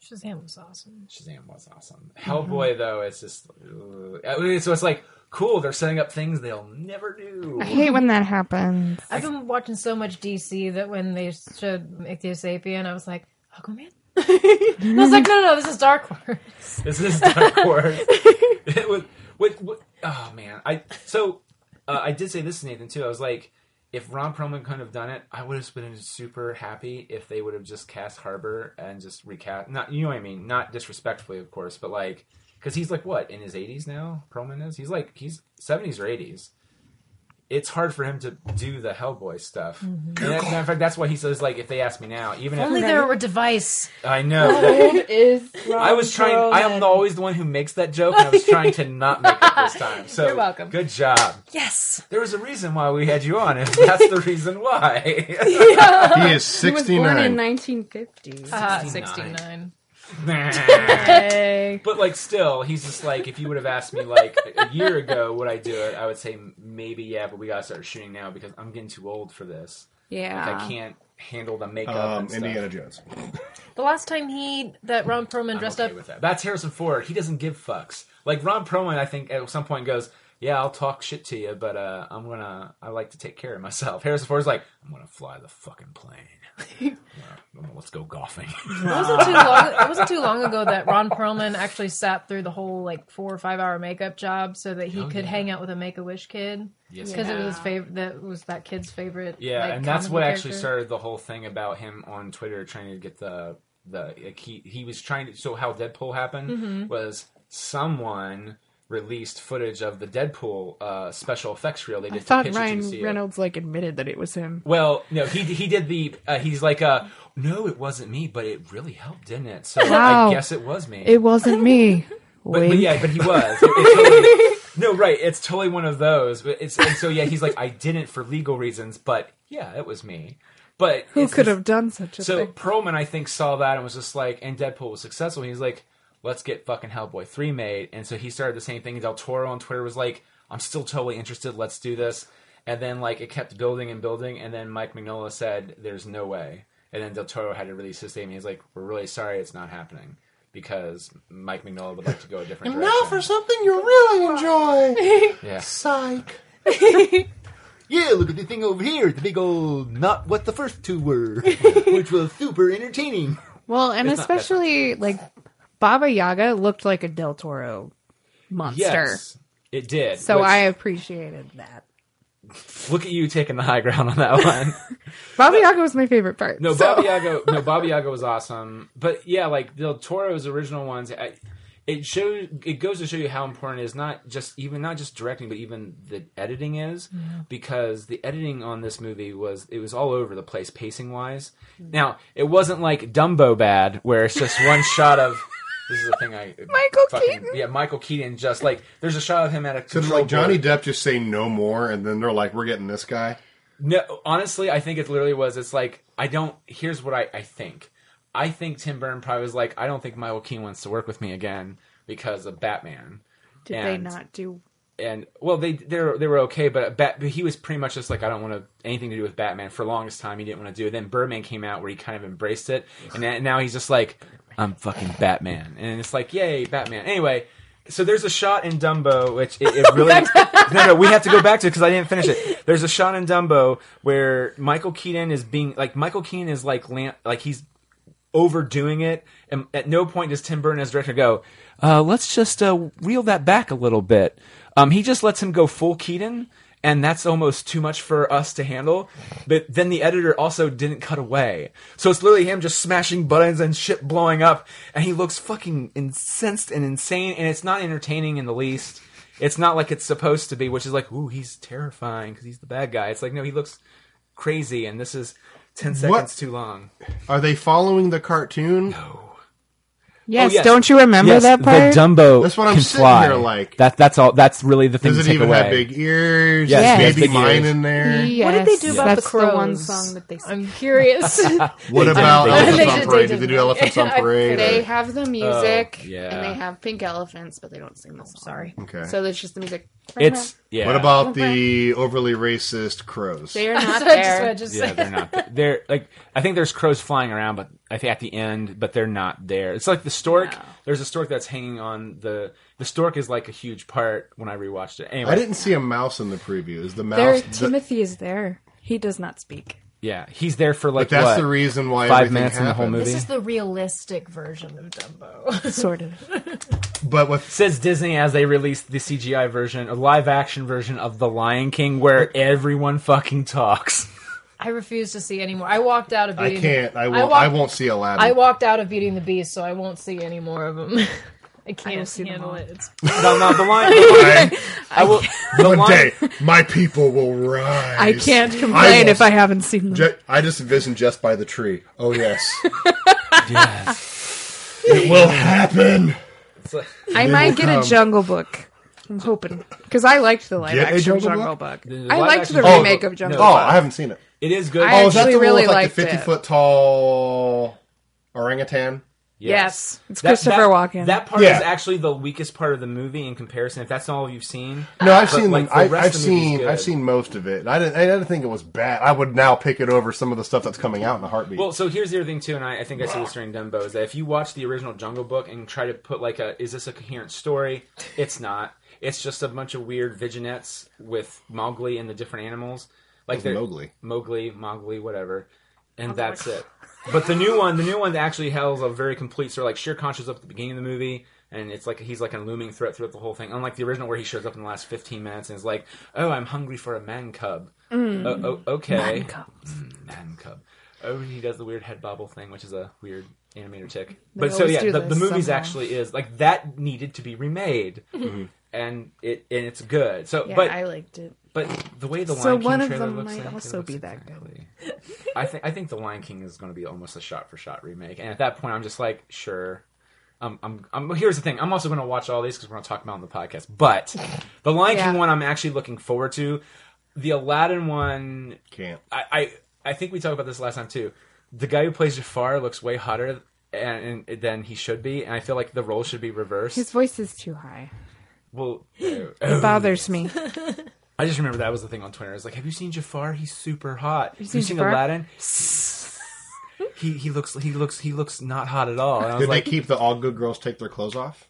S6: Shazam was awesome.
S1: Shazam was awesome. Hellboy though, it's just ugh. I mean, so it's like cool. They're setting up things they'll never do.
S5: I hate when that happens.
S6: I've been watching so much DC that when they showed Ichthyosapien, I was like, Aquaman? and I was like, no, no, no, this is Dark Lord.
S1: This is Dark Horse. it was, what, what, oh man, I so uh, I did say this to Nathan too. I was like, if Ron Perlman couldn't have done it, I would have been super happy if they would have just cast Harbor and just recast. Not you know what I mean? Not disrespectfully, of course, but like because he's like what in his eighties now? Perlman is. He's like he's seventies or eighties. It's hard for him to do the Hellboy stuff. And that's, matter of fact, that's why he says like, if they ask me now, even
S6: Only
S1: if
S6: there were device.
S1: I know, I was trying. I am always the one who makes that joke, and I was trying to not make it this time. So
S6: You're welcome.
S1: Good job.
S6: Yes.
S1: There was a reason why we had you on, and that's the reason why.
S3: He is
S5: He was born in
S3: 69.
S5: 1950.
S6: Ah,
S1: 69.
S6: 69.
S1: but like, still, he's just like, if you would have asked me like a year ago, would I do it? I would say maybe yeah, but we gotta start shooting now because I'm getting too old for this. Like,
S5: yeah.
S1: I can't handle the makeup.
S3: Um,
S1: and stuff.
S3: Indiana Jones.
S6: The last time he, that Ron Perlman
S1: I'm
S6: dressed
S1: okay
S6: up,
S1: with that. That's Harrison Ford. He doesn't give fucks. Like Ron Perlman, I think at some point goes, "Yeah, I'll talk shit to you, but uh, I'm gonna. I like to take care of myself." Harrison Ford's like, "I'm gonna fly the fucking plane. I'm gonna- let's go golfing."
S6: it wasn't too long. It wasn't too long ago that Ron Perlman actually sat through the whole like four or five hour makeup job so that he
S1: Oh,
S6: could
S1: yeah.
S6: hang out with a Make a Wish kid
S1: yes,
S6: because it was his favorite. That was that kid's favorite.
S1: yeah,
S6: like,
S1: and that's
S6: comic
S1: what
S6: book
S1: actually
S6: character.
S1: started the whole thing about him on Twitter trying to get the the like he he was trying to. So how Deadpool happened was someone. Released footage of the Deadpool uh, special effects reel they did.
S5: I
S1: for
S5: thought
S1: Picture to see
S5: Ryan
S1: it.
S5: Reynolds like admitted that it was him.
S1: Well, no, he he did the uh, he's like uh no, it wasn't me, but it really helped, didn't it? So I
S5: Wow.
S1: guess it was me.
S5: It wasn't me.
S1: but, but
S5: Wait.
S1: yeah, but he was. It- it's totally- no, right? It's totally one of those. But it's and so yeah, he's like I didn't for legal reasons, but yeah, it was me. But
S5: Who
S1: it's
S5: could
S1: this-
S5: have done such a
S1: So
S5: thing?
S1: Perlman, I think, saw that and was just like, and Deadpool was successful. He's like, let's get fucking Hellboy three made, and so he started the same thing. Del Toro on Twitter was like, I'm still totally interested. Let's do this. And then like it kept building and building, and then Mike Mignola said, "There's no way." And then Del Toro had to release his statement. He's like, "We're really sorry, it's not happening." Because Mike Mignola would like to go a different direction.
S3: something you really enjoy.
S1: yeah.
S3: Psych. yeah, look at the thing over here. The big old not what the first two were, which was super entertaining.
S5: Well, and
S1: It's not- that's not-
S5: especially like Baba Yaga looked like a Del Toro monster.
S1: Yes, it did.
S5: So
S1: which-
S5: I appreciated that.
S1: look at you taking the high ground on that one.
S5: Baba Yaga was my favorite part.
S1: No,
S5: so-
S1: Bobby Yaga. No, Bobby Yaga was awesome. But yeah, like Del Toro's original ones, I, it shows. It goes to show you how important it is not just even not just directing, but even the editing is because the editing on this movie was it was all over the place pacing wise. Now it wasn't like Dumbo bad where it's just one shot of. This is the thing I Michael
S5: Keaton.
S1: Yeah, Michael Keaton just like there's a shot of him at a
S3: Did
S1: control
S3: like Johnny
S1: board.
S3: Depp just say no more, and then they're like, "We're getting this guy."
S1: No, honestly, I think it literally was. It's like I don't. Here's what I, I think. I think Tim Burton probably was like, I don't think Michael Keaton wants to work with me again because of Batman.
S5: Did they
S1: and-
S5: not do?
S1: And well, they they were, they were okay, but Bat, but he was pretty much just like, I don't want to anything to do with Batman for the longest time. He didn't want to do it. Then Birdman came out where he kind of embraced it, and that- now he's just like, I'm fucking Batman, and it's like, yay, Batman. Anyway. So there's a shot in Dumbo, which it, it really no no. We have to go back to because I didn't finish it. There's a shot in Dumbo where Michael Keaton is being like Michael Keaton is like lan- like he's overdoing it. And at no point does Tim Burton as director go, uh, let's just uh, reel that back a little bit. Um, he just lets him go full Keaton. and that's almost too much for us to handle. But then the editor also didn't cut away, so it's literally him just smashing buttons and shit blowing up, and he looks fucking incensed and insane, and it's not entertaining in the least. It's not like it's supposed to be, which is like, ooh, he's terrifying because he's the bad guy. It's like, no, he looks crazy, and this is ten seconds too long.
S3: Are they following the cartoon?
S5: Yes,
S1: yes.
S5: don't you remember
S1: yes,
S5: that part?
S1: the Dumbo.
S3: That's what I'm
S1: can
S3: sitting
S1: fly.
S3: here like.
S1: That, that's all. That's really the thing.
S3: Does
S1: to
S3: it
S1: take
S3: even
S1: away.
S3: have big ears?
S1: Yes,
S5: Yes.
S1: it has
S3: Maybe
S1: big
S3: mine
S1: ears.
S3: in there.
S6: What did they do
S5: Yes,
S6: about
S5: that's
S6: the crows?
S5: one song that they
S6: I'm curious.
S3: What about
S1: did.
S3: elephants
S6: They
S3: on
S6: did, they
S3: parade?
S6: did.
S3: Did they do elephants on
S6: I-
S3: parade?
S5: They
S3: or-
S5: have the music,
S1: Oh, yeah.
S5: and they have pink elephants, but they don't sing the song.
S6: Sorry.
S3: Okay.
S5: So it's just the music.
S1: It's yeah.
S3: What about the overly racist crows?
S5: They are not
S6: I just, I
S5: there.
S6: just
S1: Yeah,
S6: said
S1: they're not. th- They're like I think there's crows flying around, but I think at the end, but they're not there. It's like the stork. There's a stork that's hanging on the. The stork is like a huge part when I rewatched it. Anyway,
S3: I didn't see a mouse in the preview. Is the
S1: Oh.
S4: There,
S3: mouse? the,
S4: Timothy is there. He does not speak.
S1: yeah, he's there for like
S3: but that's
S1: what,
S3: the reason why
S1: five
S3: everything
S1: minutes in the whole
S3: happened.
S1: movie.
S6: This is the realistic version of Dumbo.
S4: Sort of.
S3: But with
S1: Says Disney as they released the CGI version, a live action version of The Lion King, where everyone fucking talks.
S6: I refuse to see anymore. I walked out of
S3: I
S6: Beauty. and the-
S3: can't. I won't. I,
S6: walked-
S3: won't see Aladdin.
S6: I walked out of Beauty and the Beast, so I won't see any more of them. I can't
S4: see them
S6: handle
S4: all.
S6: it. It's
S1: no, no, the lion. The lion
S3: I-
S1: I will. The
S3: one
S1: lion,
S3: day, my people will rise.
S8: I can't complain
S3: will-
S8: if I haven't seen them.
S3: Ju- I just envision just by the tree. Oh yes. It will happen.
S8: I might get
S3: come.
S8: a Jungle Book. I'm hoping because I liked the live
S3: Get a
S8: action
S3: Jungle
S8: Jungle,
S3: Book?
S8: Book.
S1: the
S8: I
S1: live
S8: liked
S1: action
S8: the
S1: Jungle
S8: remake
S1: Book.
S8: of Jungle
S1: No,
S3: Oh,
S8: Book.
S3: I haven't seen it.
S1: It is good.
S8: I-
S3: Oh, is that
S8: actually
S3: the one
S8: really
S3: with like the
S8: liked
S3: fifty
S8: it.
S3: foot tall orangutan?
S8: yes. it's
S1: That-
S8: Christopher
S1: that,
S8: Walken.
S1: That part
S3: Yeah.
S1: is actually the weakest part of the movie in comparison. If that's all you've seen,
S3: No, I've
S1: But,
S3: seen.
S1: like, the
S3: I,
S1: rest
S3: I've
S1: of the movie's
S3: seen.
S1: good.
S3: I've seen most of it. I didn't. I didn't think it was bad. I would now pick it over some of the stuff that's coming out in a heartbeat.
S1: Well, so here's the other thing too, and I, I think I said this during Dumbo is that if you watch the original Jungle Book and try to put like a is this a coherent story? It's not. It's just a bunch of weird vignettes with Mowgli and the different animals. Like they're-
S3: Mowgli.
S1: Mowgli, Mowgli, whatever, and that's it. But the new one, the new one actually has a very complete sort of like sheer conscious up at the beginning of the movie. And it's like he's like a looming threat throughout the whole thing, unlike the original where he shows up in the last fifteen minutes and is like, "Oh, I'm hungry for a man cub." Oh, oh, okay, man cub. Man cub. Oh, he does the weird head bobble thing, which is a weird animator tick. but so
S8: always
S1: yeah,
S8: do
S1: the, the
S8: this
S1: movies
S8: somehow.
S1: actually is like that needed to be remade, and it and it's good. So,
S4: Yeah,
S1: Oh, but
S4: I liked it.
S1: but the way the
S8: So
S1: Lion King
S8: one of
S1: trailer
S8: them
S1: looks
S8: might
S1: like, it
S8: also
S1: looks
S8: be that good.
S1: entirely- I think I think the Lion King is going to be almost a shot for shot remake, and at that point, I'm just like, sure. Um, I'm, I'm, here's the thing. I'm also going to watch all these because we're going to talk about them on the podcast. But the Lion
S8: Yeah.
S1: King one, I'm actually looking forward to. The Aladdin one,
S3: can't.
S1: I, I I think we talked about this last time too. The guy who plays Jafar looks way hotter and, and, than he should be, and I feel like the role should be reversed.
S5: His voice is too high.
S1: well,
S5: It bothers me.
S1: I just remember that was the thing on Twitter. It's like, have you seen Jafar? He's super hot. Have you seen,
S5: seen Jafar?
S1: Aladdin? he he looks he looks he looks not hot at all. And I was
S3: Did
S1: like,
S3: they keep the all good girls take their clothes off?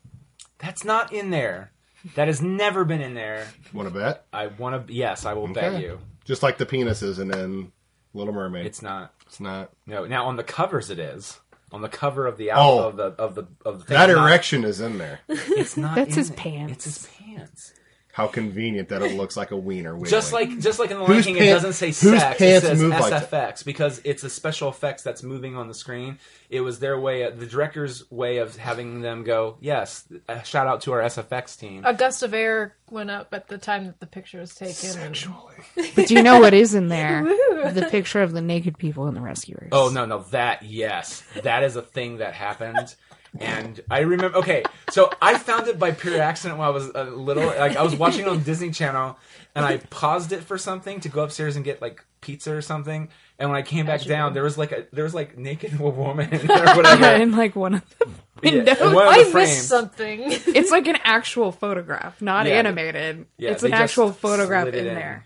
S1: that's not in there. That has never been in there.
S3: Want to bet?
S1: I want to. Yes, I will bet
S3: Okay.
S1: you
S3: Just like the penises and then Little Mermaid. It's,
S1: it's not.
S3: not.
S1: No. Now on the covers, it is on the cover of the album
S3: Oh.
S1: of the of the of the thing.
S3: That
S1: It's not-
S3: erection is in there.
S1: It's not.
S5: That's
S1: in
S5: his
S1: it.
S5: pants.
S1: It's his pants.
S3: How convenient that it looks like a wiener. Wiggling.
S1: Just like just like in the Lion
S3: Whose
S1: King, it
S3: pants-
S1: doesn't say
S3: whose
S1: sex. It
S3: pants
S1: says
S3: move like
S1: SFX because it's a special effects that's moving on the screen. It was their way, uh, the director's way of having them go. Yes, a shout out to our SFX team.
S6: a gust of air went up at the time that the picture was taken. Sexual.
S5: But do you know what is in there? the picture of the naked people in the rescuers.
S1: Oh no, no, that yes, that is a thing that happened. And I remember, okay, so I found it by pure accident when I was a little. Like I was watching it on Disney Channel, and I paused it for something to go upstairs and get like pizza or something. And when I came back down, there was like a there was like naked woman or whatever.
S8: in like one of them.
S1: Yeah, in one of the
S6: I
S1: frames.
S6: missed something.
S8: It's like an actual photograph, not
S1: Yeah.
S8: animated.
S1: Yeah,
S8: it's
S1: they
S8: an
S1: just
S8: actual photograph
S1: slid it
S8: in,
S1: in.
S8: there.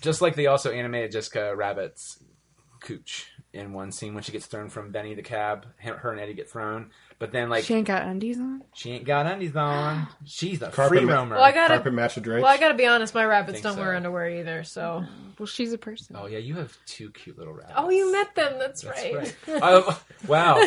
S1: Just like they also animated Jessica Rabbit's cooch in one scene when she gets thrown from Benny the cab. Her her and Eddie get thrown, but then like
S5: She ain't got undies on?
S1: she ain't got undies on. She's a
S3: Carpet
S1: free
S3: ma-
S1: roamer.
S6: well, I gotta.
S3: carpet match of drapes.
S6: Well, I gotta be honest. My rabbits
S1: Think
S6: don't wear
S1: so.
S6: underwear either. So.
S5: Well, she's a person.
S1: oh yeah, you have two cute little rabbits.
S6: Oh, you met them. That's, right.
S1: Right. I- wow.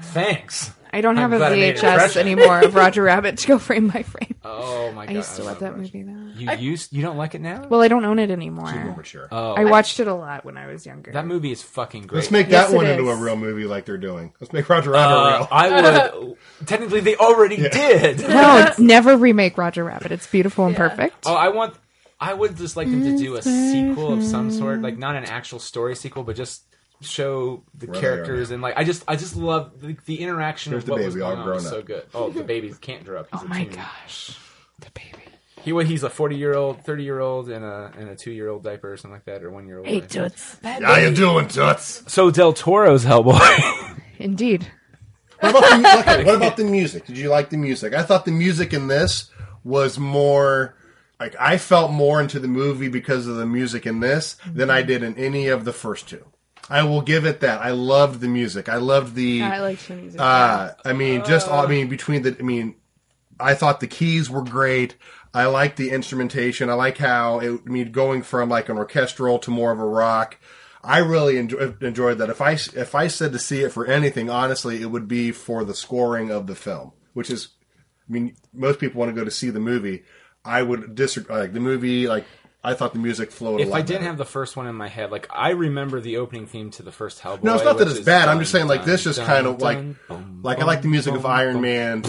S1: Thanks.
S5: I don't have
S1: I'm
S5: a
S1: glad I made an
S5: VHS
S1: impression.
S5: anymore of Roger Rabbit to go frame by frame.
S1: Oh my god!
S5: I used to love that
S1: remember.
S5: movie though.
S1: You used you don't like it now?
S5: Well, I don't own it anymore.
S3: Overture.
S1: oh,
S5: I watched it a lot when I was younger.
S1: that movie is fucking great.
S3: Let's make
S5: Yes,
S3: that one
S5: it
S3: into a
S5: is.
S3: real movie like they're doing. Let's make Roger Rabbit
S1: Uh,
S3: real.
S1: I would. technically, they already did.
S5: no, never remake Roger Rabbit. It's beautiful and perfect.
S1: Oh, I want. I would just like them to do a sequel of some sort, like not an actual story sequel, but just show the
S3: Where they are
S1: characters and like I just I just love the, the interaction
S3: Here's
S1: of
S3: the
S1: what
S3: baby,
S1: was
S3: all
S1: going on.
S3: grown
S1: was
S3: up.
S1: so good. Oh, the baby can't grow up. He's
S5: Oh
S1: a
S5: my
S1: teen.
S5: gosh, the baby.
S1: He what? He's a forty year old, thirty year old, and a and a two year old diaper or something like that, or one year old.
S5: Hey, toots.
S3: How you doing, Toots?
S1: So Del Toro's Hellboy.
S5: Indeed.
S3: What about, the, like, what about the music? Did you like the music? I thought the music in this was more like I felt more into the movie because of the music in this than I did in any of the first two. I will give it that. I loved the music. I loved the.
S5: I like the music.
S3: Uh, I mean, just all, I mean between the. I mean, I thought the keys were great. I like the instrumentation. I like how it. I mean, going from like an orchestral to more of a rock. I really enjoy, enjoyed that. If I s- if I said to see it for anything, honestly, it would be for the scoring of the film, which is. I mean, most people want to go to see the movie. I would disagree. Like the movie, like I thought the music flowed. a
S1: if
S3: lot
S1: I didn't
S3: better.
S1: have the first one in my head, like I remember the opening theme to the first Hellboy.
S3: No, it's not that
S1: which
S3: it's
S1: is
S3: bad. I'm
S1: dun,
S3: just saying, like, this
S1: dun,
S3: just kind of,
S1: dun,
S3: like-
S1: boom,
S3: Like I like the music of Iron Man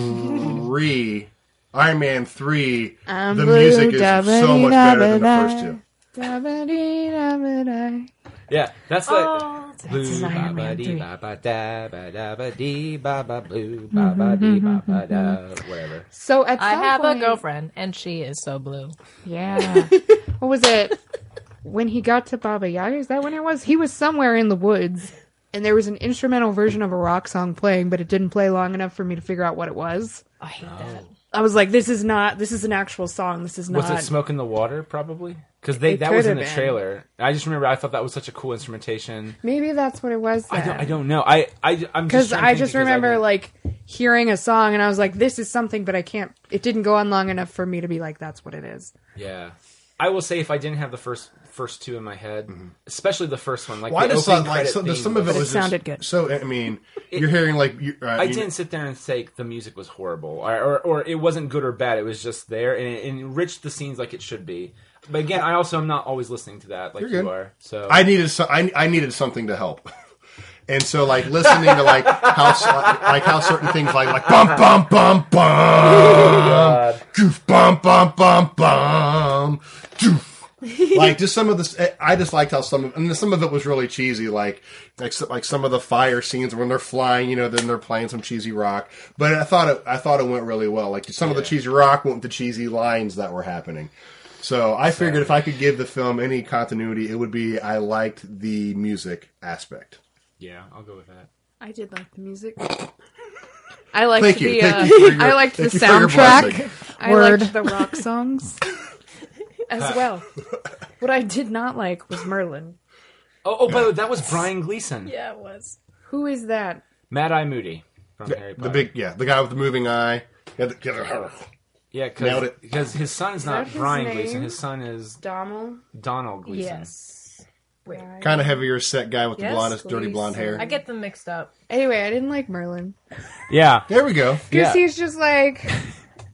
S3: three. Iron Man three.
S5: Um,
S3: the music is so much better than the first two.
S5: Da-ba-dee-da-ba-di.
S1: Yeah, that's like
S8: Oh,
S4: That's
S1: blue ba
S4: Iron
S1: ba
S4: Man
S1: dee
S4: three.
S1: ba ba da ba da ba dee ba ba blue ba ba dee ba ba da whatever.
S5: So at
S6: I
S5: some
S6: have
S5: point,
S6: a girlfriend, and she is so blue.
S5: Yeah. what was it? When he got to Baba Yaga, is that when it was? He was somewhere in the woods, and there was an instrumental version of a rock song playing, but it didn't play long enough for me to figure out what it was.
S6: Oh, I hate that.
S3: Oh.
S8: I was like, this is not. This is an actual song. This is
S1: Was
S8: not.
S1: it smoke in the water? Probably because they
S8: It
S1: that was
S8: could
S1: in the
S8: have been.
S1: trailer. I just remember I thought that was such a cool instrumentation.
S5: Maybe that's what it was.
S1: I don't, I don't know. I I I'm
S8: because
S1: just trying to
S8: I
S1: think
S8: just
S1: because
S8: remember
S1: didn't-
S8: like hearing a song and I was like, this is something, but I can't. It didn't go on long enough for me to be like, that's what it is.
S1: yeah. I will say if I didn't have the first first two in my head, especially the first one, like
S3: Mm-hmm. Why
S1: the
S3: does
S1: opening
S3: some, like
S1: credit
S3: some,
S1: theme
S3: some of it
S1: was-
S3: was
S8: sounded
S3: just,
S8: good.
S3: So I mean, you're hearing like you, uh,
S1: I
S3: you-
S1: didn't sit there and say the music was horrible or, or, or it wasn't good or bad. It was just there and it enriched the scenes like it should be. But again, I also am not always listening to that like
S3: You're good.
S1: you are. So
S3: I um, needed so, I, I needed something to help. And so, like listening to like how s- like, like how certain things like like bum bum bum bum goof bum bum bum bum goof like just some of this I- I just liked how some of and some of it was really cheesy like like so- like some of the fire scenes when they're flying you know then they're playing some cheesy rock but I thought it I thought it went really well like some of the cheesy rock went with the cheesy lines that were happening so I figured if I could give the film any continuity, it would be I liked the music aspect.
S1: yeah, I'll go with that.
S4: I did like the music.
S5: I liked
S3: Thank you.
S5: the
S3: Thank
S5: uh,
S3: you for your-
S5: I liked the
S3: thank you for your
S5: soundtrack.
S3: blessing.
S5: I liked
S8: Word.
S5: the rock songs.
S8: As well. what I did not like was Merlin.
S1: Oh, oh by the way, that was Brian Gleason,
S6: Yeah, it was.
S8: Who is that?
S1: Mad Eye Moody from Harry Potter.
S3: The big, yeah, the guy with the moving eye. Yeah, the- yeah,
S1: yeah,
S3: Nailed
S1: because
S3: it.
S1: his son's not
S8: his
S1: Brian
S8: name?
S1: Gleason. His son is
S8: Dommel?
S1: Donald Gleason.
S6: Yes. Wait,
S3: the kind of heavier set guy with the
S8: Yes,
S3: blondest, dirty
S8: Gleason.
S3: blonde hair.
S6: I get them mixed up.
S5: Anyway, I didn't like Merlin.
S1: Yeah,
S3: there we go.
S1: yeah.
S5: He's just like,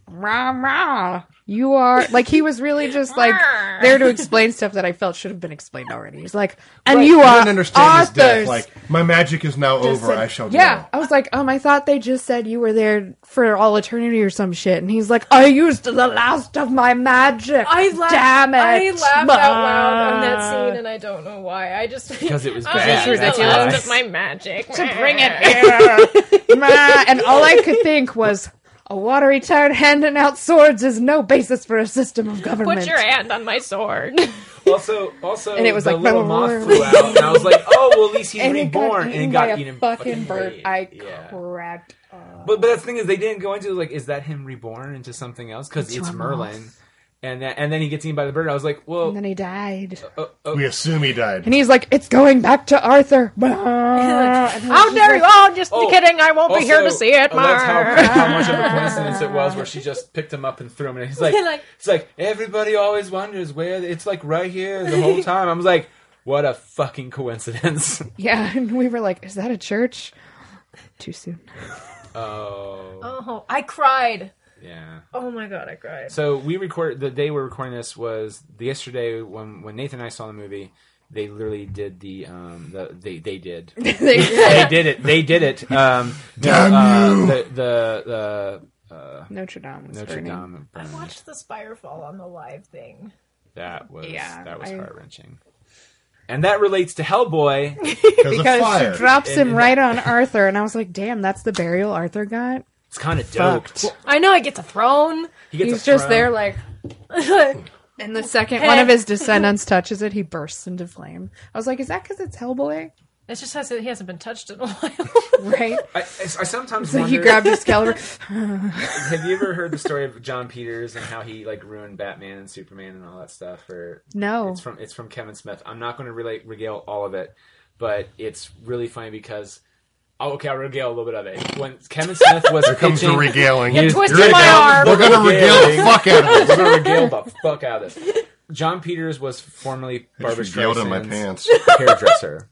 S5: rah, rah. You are like he was really just like there to explain stuff that I felt should have been explained already. He's like, and you
S3: I
S5: are
S3: didn't understand his death.
S5: authors.
S3: Like my magic is now over.
S5: said-
S3: I shall
S5: Yeah,
S3: go.
S5: I was like, um, I thought they just said you were there for all eternity or some shit, and he's like, I used the last of my magic.
S6: I laughed.
S5: Damn it!
S6: I laughed
S5: Ma."
S6: out loud on that scene, and I don't know why. I just
S1: because it was
S6: I
S1: bad.
S6: used
S1: that's
S6: the last
S1: why.
S6: of my magic.
S5: Bring it here, Ma. and all I could think was. A watery tart handing out swords is no basis for a system of government.
S6: Put your hand on my sword.
S1: Also, also, and
S5: it was
S1: the
S5: like,
S1: little
S5: "Blah, blah,
S1: moth
S5: blah."
S1: flew out, and I was like, "Oh, well, at least he's
S5: and it got
S1: reborn."
S5: eaten
S1: and it got
S5: by
S1: eaten
S5: a fucking bird.
S1: raid.
S5: I
S1: Yeah. Oh.
S5: cracked.
S1: But but that's the thing is they didn't go into like is that him reborn into something else because it's, Merlin, and that, and then he gets eaten by the bird. I was like, well,
S5: And then he died.
S1: oh, oh,
S3: We assume he died.
S5: And he's like, "It's going back to Arthur." How
S6: How dare you? Oh, just
S1: oh,
S6: kidding. I won't
S1: also,
S6: be here to see it.
S1: oh, that's
S6: Mar.
S1: how, how much of a coincidence it was where she just picked him up and threw him, and he's like,
S6: Like-
S1: it's like everybody always wonders where it's like right here the whole time. I was like, what a fucking coincidence.
S5: Yeah, and we were like, "Is that a church?" Too soon.
S1: oh,
S6: Oh, I cried.
S1: Yeah.
S6: Oh my god, I cried.
S1: So we record the day we're recording this was the yesterday when when Nathan and I saw the movie. They literally did the um the they they did they did it they did it um
S3: Damn
S1: uh,
S3: you.
S1: the the the uh,
S5: Notre Dame was
S1: Notre
S5: burning.
S1: Dame
S6: I
S1: burning.
S6: watched the Spire Fall on the live thing.
S1: that was
S5: Yeah,
S1: that was
S5: I-
S1: heart wrenching, and that relates to Hellboy
S3: Because of
S5: Because
S3: fire.
S5: she drops
S1: And-
S5: him right on Arthur, and I was like, "Damn, that's the burial Arthur got."
S1: It's kind of dope.
S5: Fucked.
S1: Well,
S6: I know I get to throne.
S1: he gets
S5: He's
S1: a
S5: just
S1: throne.
S5: there, like, and the second one of his descendants touches it, he bursts into flame. I was like, "Is that because it's Hellboy?"
S6: It's just has he hasn't been touched in a while.
S5: Right?
S1: I, I sometimes
S5: So
S1: wonder.
S5: he grabbed Excalibur.
S1: have you ever heard the story of John Peters and how he like ruined Batman and Superman and all that stuff? Or
S5: No,
S1: it's from it's from Kevin Smith. I'm not going to relate regale all of it, but it's really funny because. Oh, okay, I'll regale a little bit of it. When Kevin Smith was
S3: Here comes the
S1: pitching-
S3: regaling.
S1: He was-
S6: twisted
S1: You're
S6: my
S1: gonna-
S6: arm.
S3: We're going to regale the fuck out of
S1: We're
S3: this.
S1: gonna regale the fuck out of this. John Peters was formerly
S3: I
S1: Barbara
S3: just regaled in my
S1: Streisand's
S3: pants.
S1: hairdresser,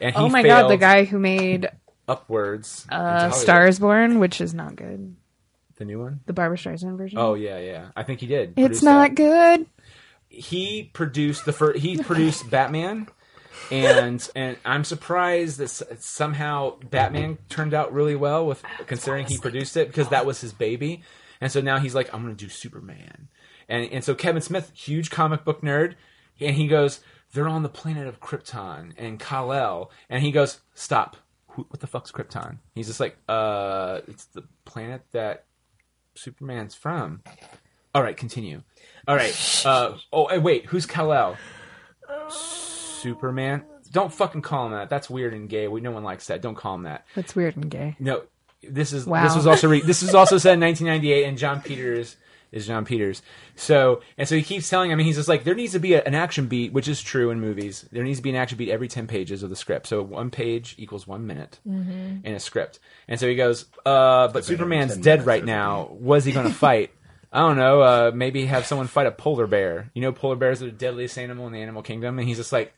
S1: and he
S5: oh my god,
S1: failed
S5: the guy who made
S1: upwards. into
S5: uh,
S1: Hollywood.
S5: *Stars Born*, which is not good.
S1: the new one.
S5: The Barbra Streisand version.
S1: Oh yeah, yeah. I think he did.
S5: it's
S1: produce that.
S5: not good.
S1: He produced the first. He produced Batman, and and I'm surprised that s- somehow Batman turned out really well with considering he produced it because that was his baby, and so now he's like, I'm gonna do Superman, and and so Kevin Smith, huge comic book nerd, and he goes, they're on the planet of Krypton and Kal El, and he goes, stop. Who, what the fuck's Krypton? He's just like, uh, it's the planet that Superman's from. All right, continue. All right. Uh, oh, and wait, who's Kal El? Superman. Don't fucking call him that. That's weird and gay. We no one likes that. Don't call him that.
S5: That's weird and gay.
S1: No, this is
S5: Wow.
S1: this was also re- this was also said in 1998, and John Peters is John Peters. So and so he keeps telling him, and he's just like, there needs to be a, an action beat, which is true in movies. There needs to be an action beat every 10 pages of the script. So one page equals one minute in a script. And so he goes, uh, but Superman's
S3: 10
S1: dead
S3: minutes
S1: right
S3: of
S1: now. Was he going to fight? I don't know. Uh, maybe have someone fight a polar bear. You know, polar bears are the deadliest animal in the animal kingdom, and he's just like,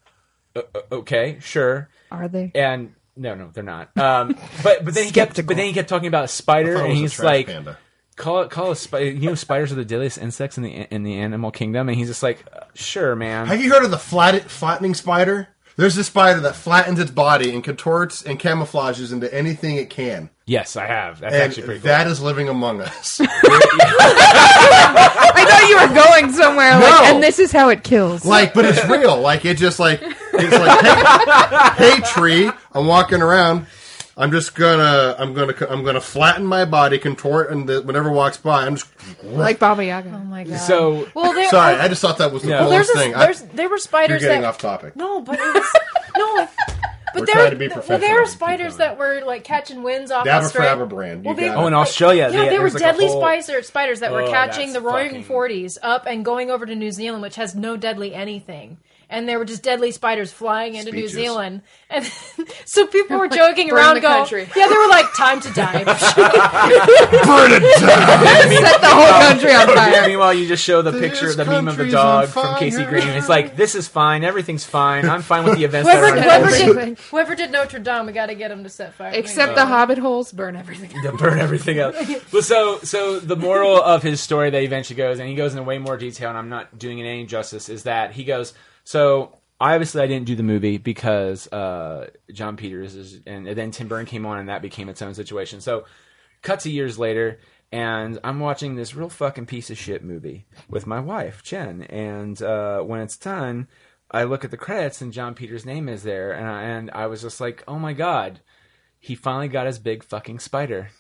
S1: "O- o- okay, sure
S5: Are they?
S1: and no, no, they're not. Um, but but then he kept but then he kept talking about a spider,
S3: Thought
S1: and
S3: it was a
S1: he's
S3: trash
S1: like,
S3: panda.
S1: call it call a spider. You know, spiders are the deadliest insects in the in the animal kingdom, and he's just like, uh, sure, man.
S3: Have you heard of the flat, flattening spider? There's this spider that flattens its body and contorts and camouflages into anything it can.
S1: yes, I have. That's
S3: And
S1: actually pretty cool.
S3: that is living among us.
S5: Oh, I thought you were going somewhere.
S3: No.
S5: Like, and this is how it kills.
S3: like, but it's real. Like, it just like it's like, hey, hey, tree, I'm walking around. I'm just gonna, I'm gonna, I'm gonna flatten my body, contort, and the, whenever walks by, I'm just.
S5: like Baba Yaga.
S6: Oh my god.
S1: so
S6: well, there,
S3: Sorry, I just thought that was the
S1: Yeah. Well,
S6: well, there's
S3: coolest
S6: a,
S3: thing. I,
S6: there's there were
S3: you're
S6: spiders
S3: getting
S6: that
S3: off topic.
S6: no, but it was no. But
S3: We're
S6: there,
S3: trying to be
S6: well, there
S3: professional.
S6: were spiders that were like catching winds off
S3: Dabba
S6: Australia.
S3: Frabba brand. You
S6: Well, they-
S3: got
S1: oh,
S3: it.
S1: in Australia,
S6: Yeah,
S1: they,
S6: they were
S1: there's, like, a
S6: deadly
S1: whole-
S6: spider spiders that were
S1: Oh,
S6: catching
S1: that's
S6: the roaring
S1: fucking-
S6: forties up and going over to New Zealand, which has no deadly anything. And there were just deadly spiders flying into
S3: Speeches.
S6: New Zealand, and so people were joking
S8: "Burn
S6: around,
S8: the
S6: going,
S8: country."
S6: "Yeah, they were like, time to die."
S3: burn it down.
S5: Set the whole country on
S1: Yeah,
S5: fire.
S1: meanwhile, you just show the picture,
S3: This
S1: the meme of the
S3: country's
S1: dog
S3: on
S1: from Casey
S3: fire.
S1: Green. It's like this is fine, everything's fine. I'm fine with the events that
S6: whoever,
S1: are
S6: whoever,
S1: unfolding.
S6: did, whoever did Notre Dame, we got to get them to set fire.
S8: Except the hobbit holes burn everything.
S1: to burn everything up. Well, so so the moral of his story that he eventually goes, and he goes into way more detail, and I'm not doing it any justice, is that he goes. So obviously, I didn't do the movie because uh, John Peters is, and, and then Tim Burton came on, and that became its own situation. So cut to years later. And I'm watching this real fucking piece of shit movie with my wife, Jen. And uh, when it's done, I look at the credits and John Peters' name is there. And I, and I was just like, oh my God, he finally got his big fucking spider,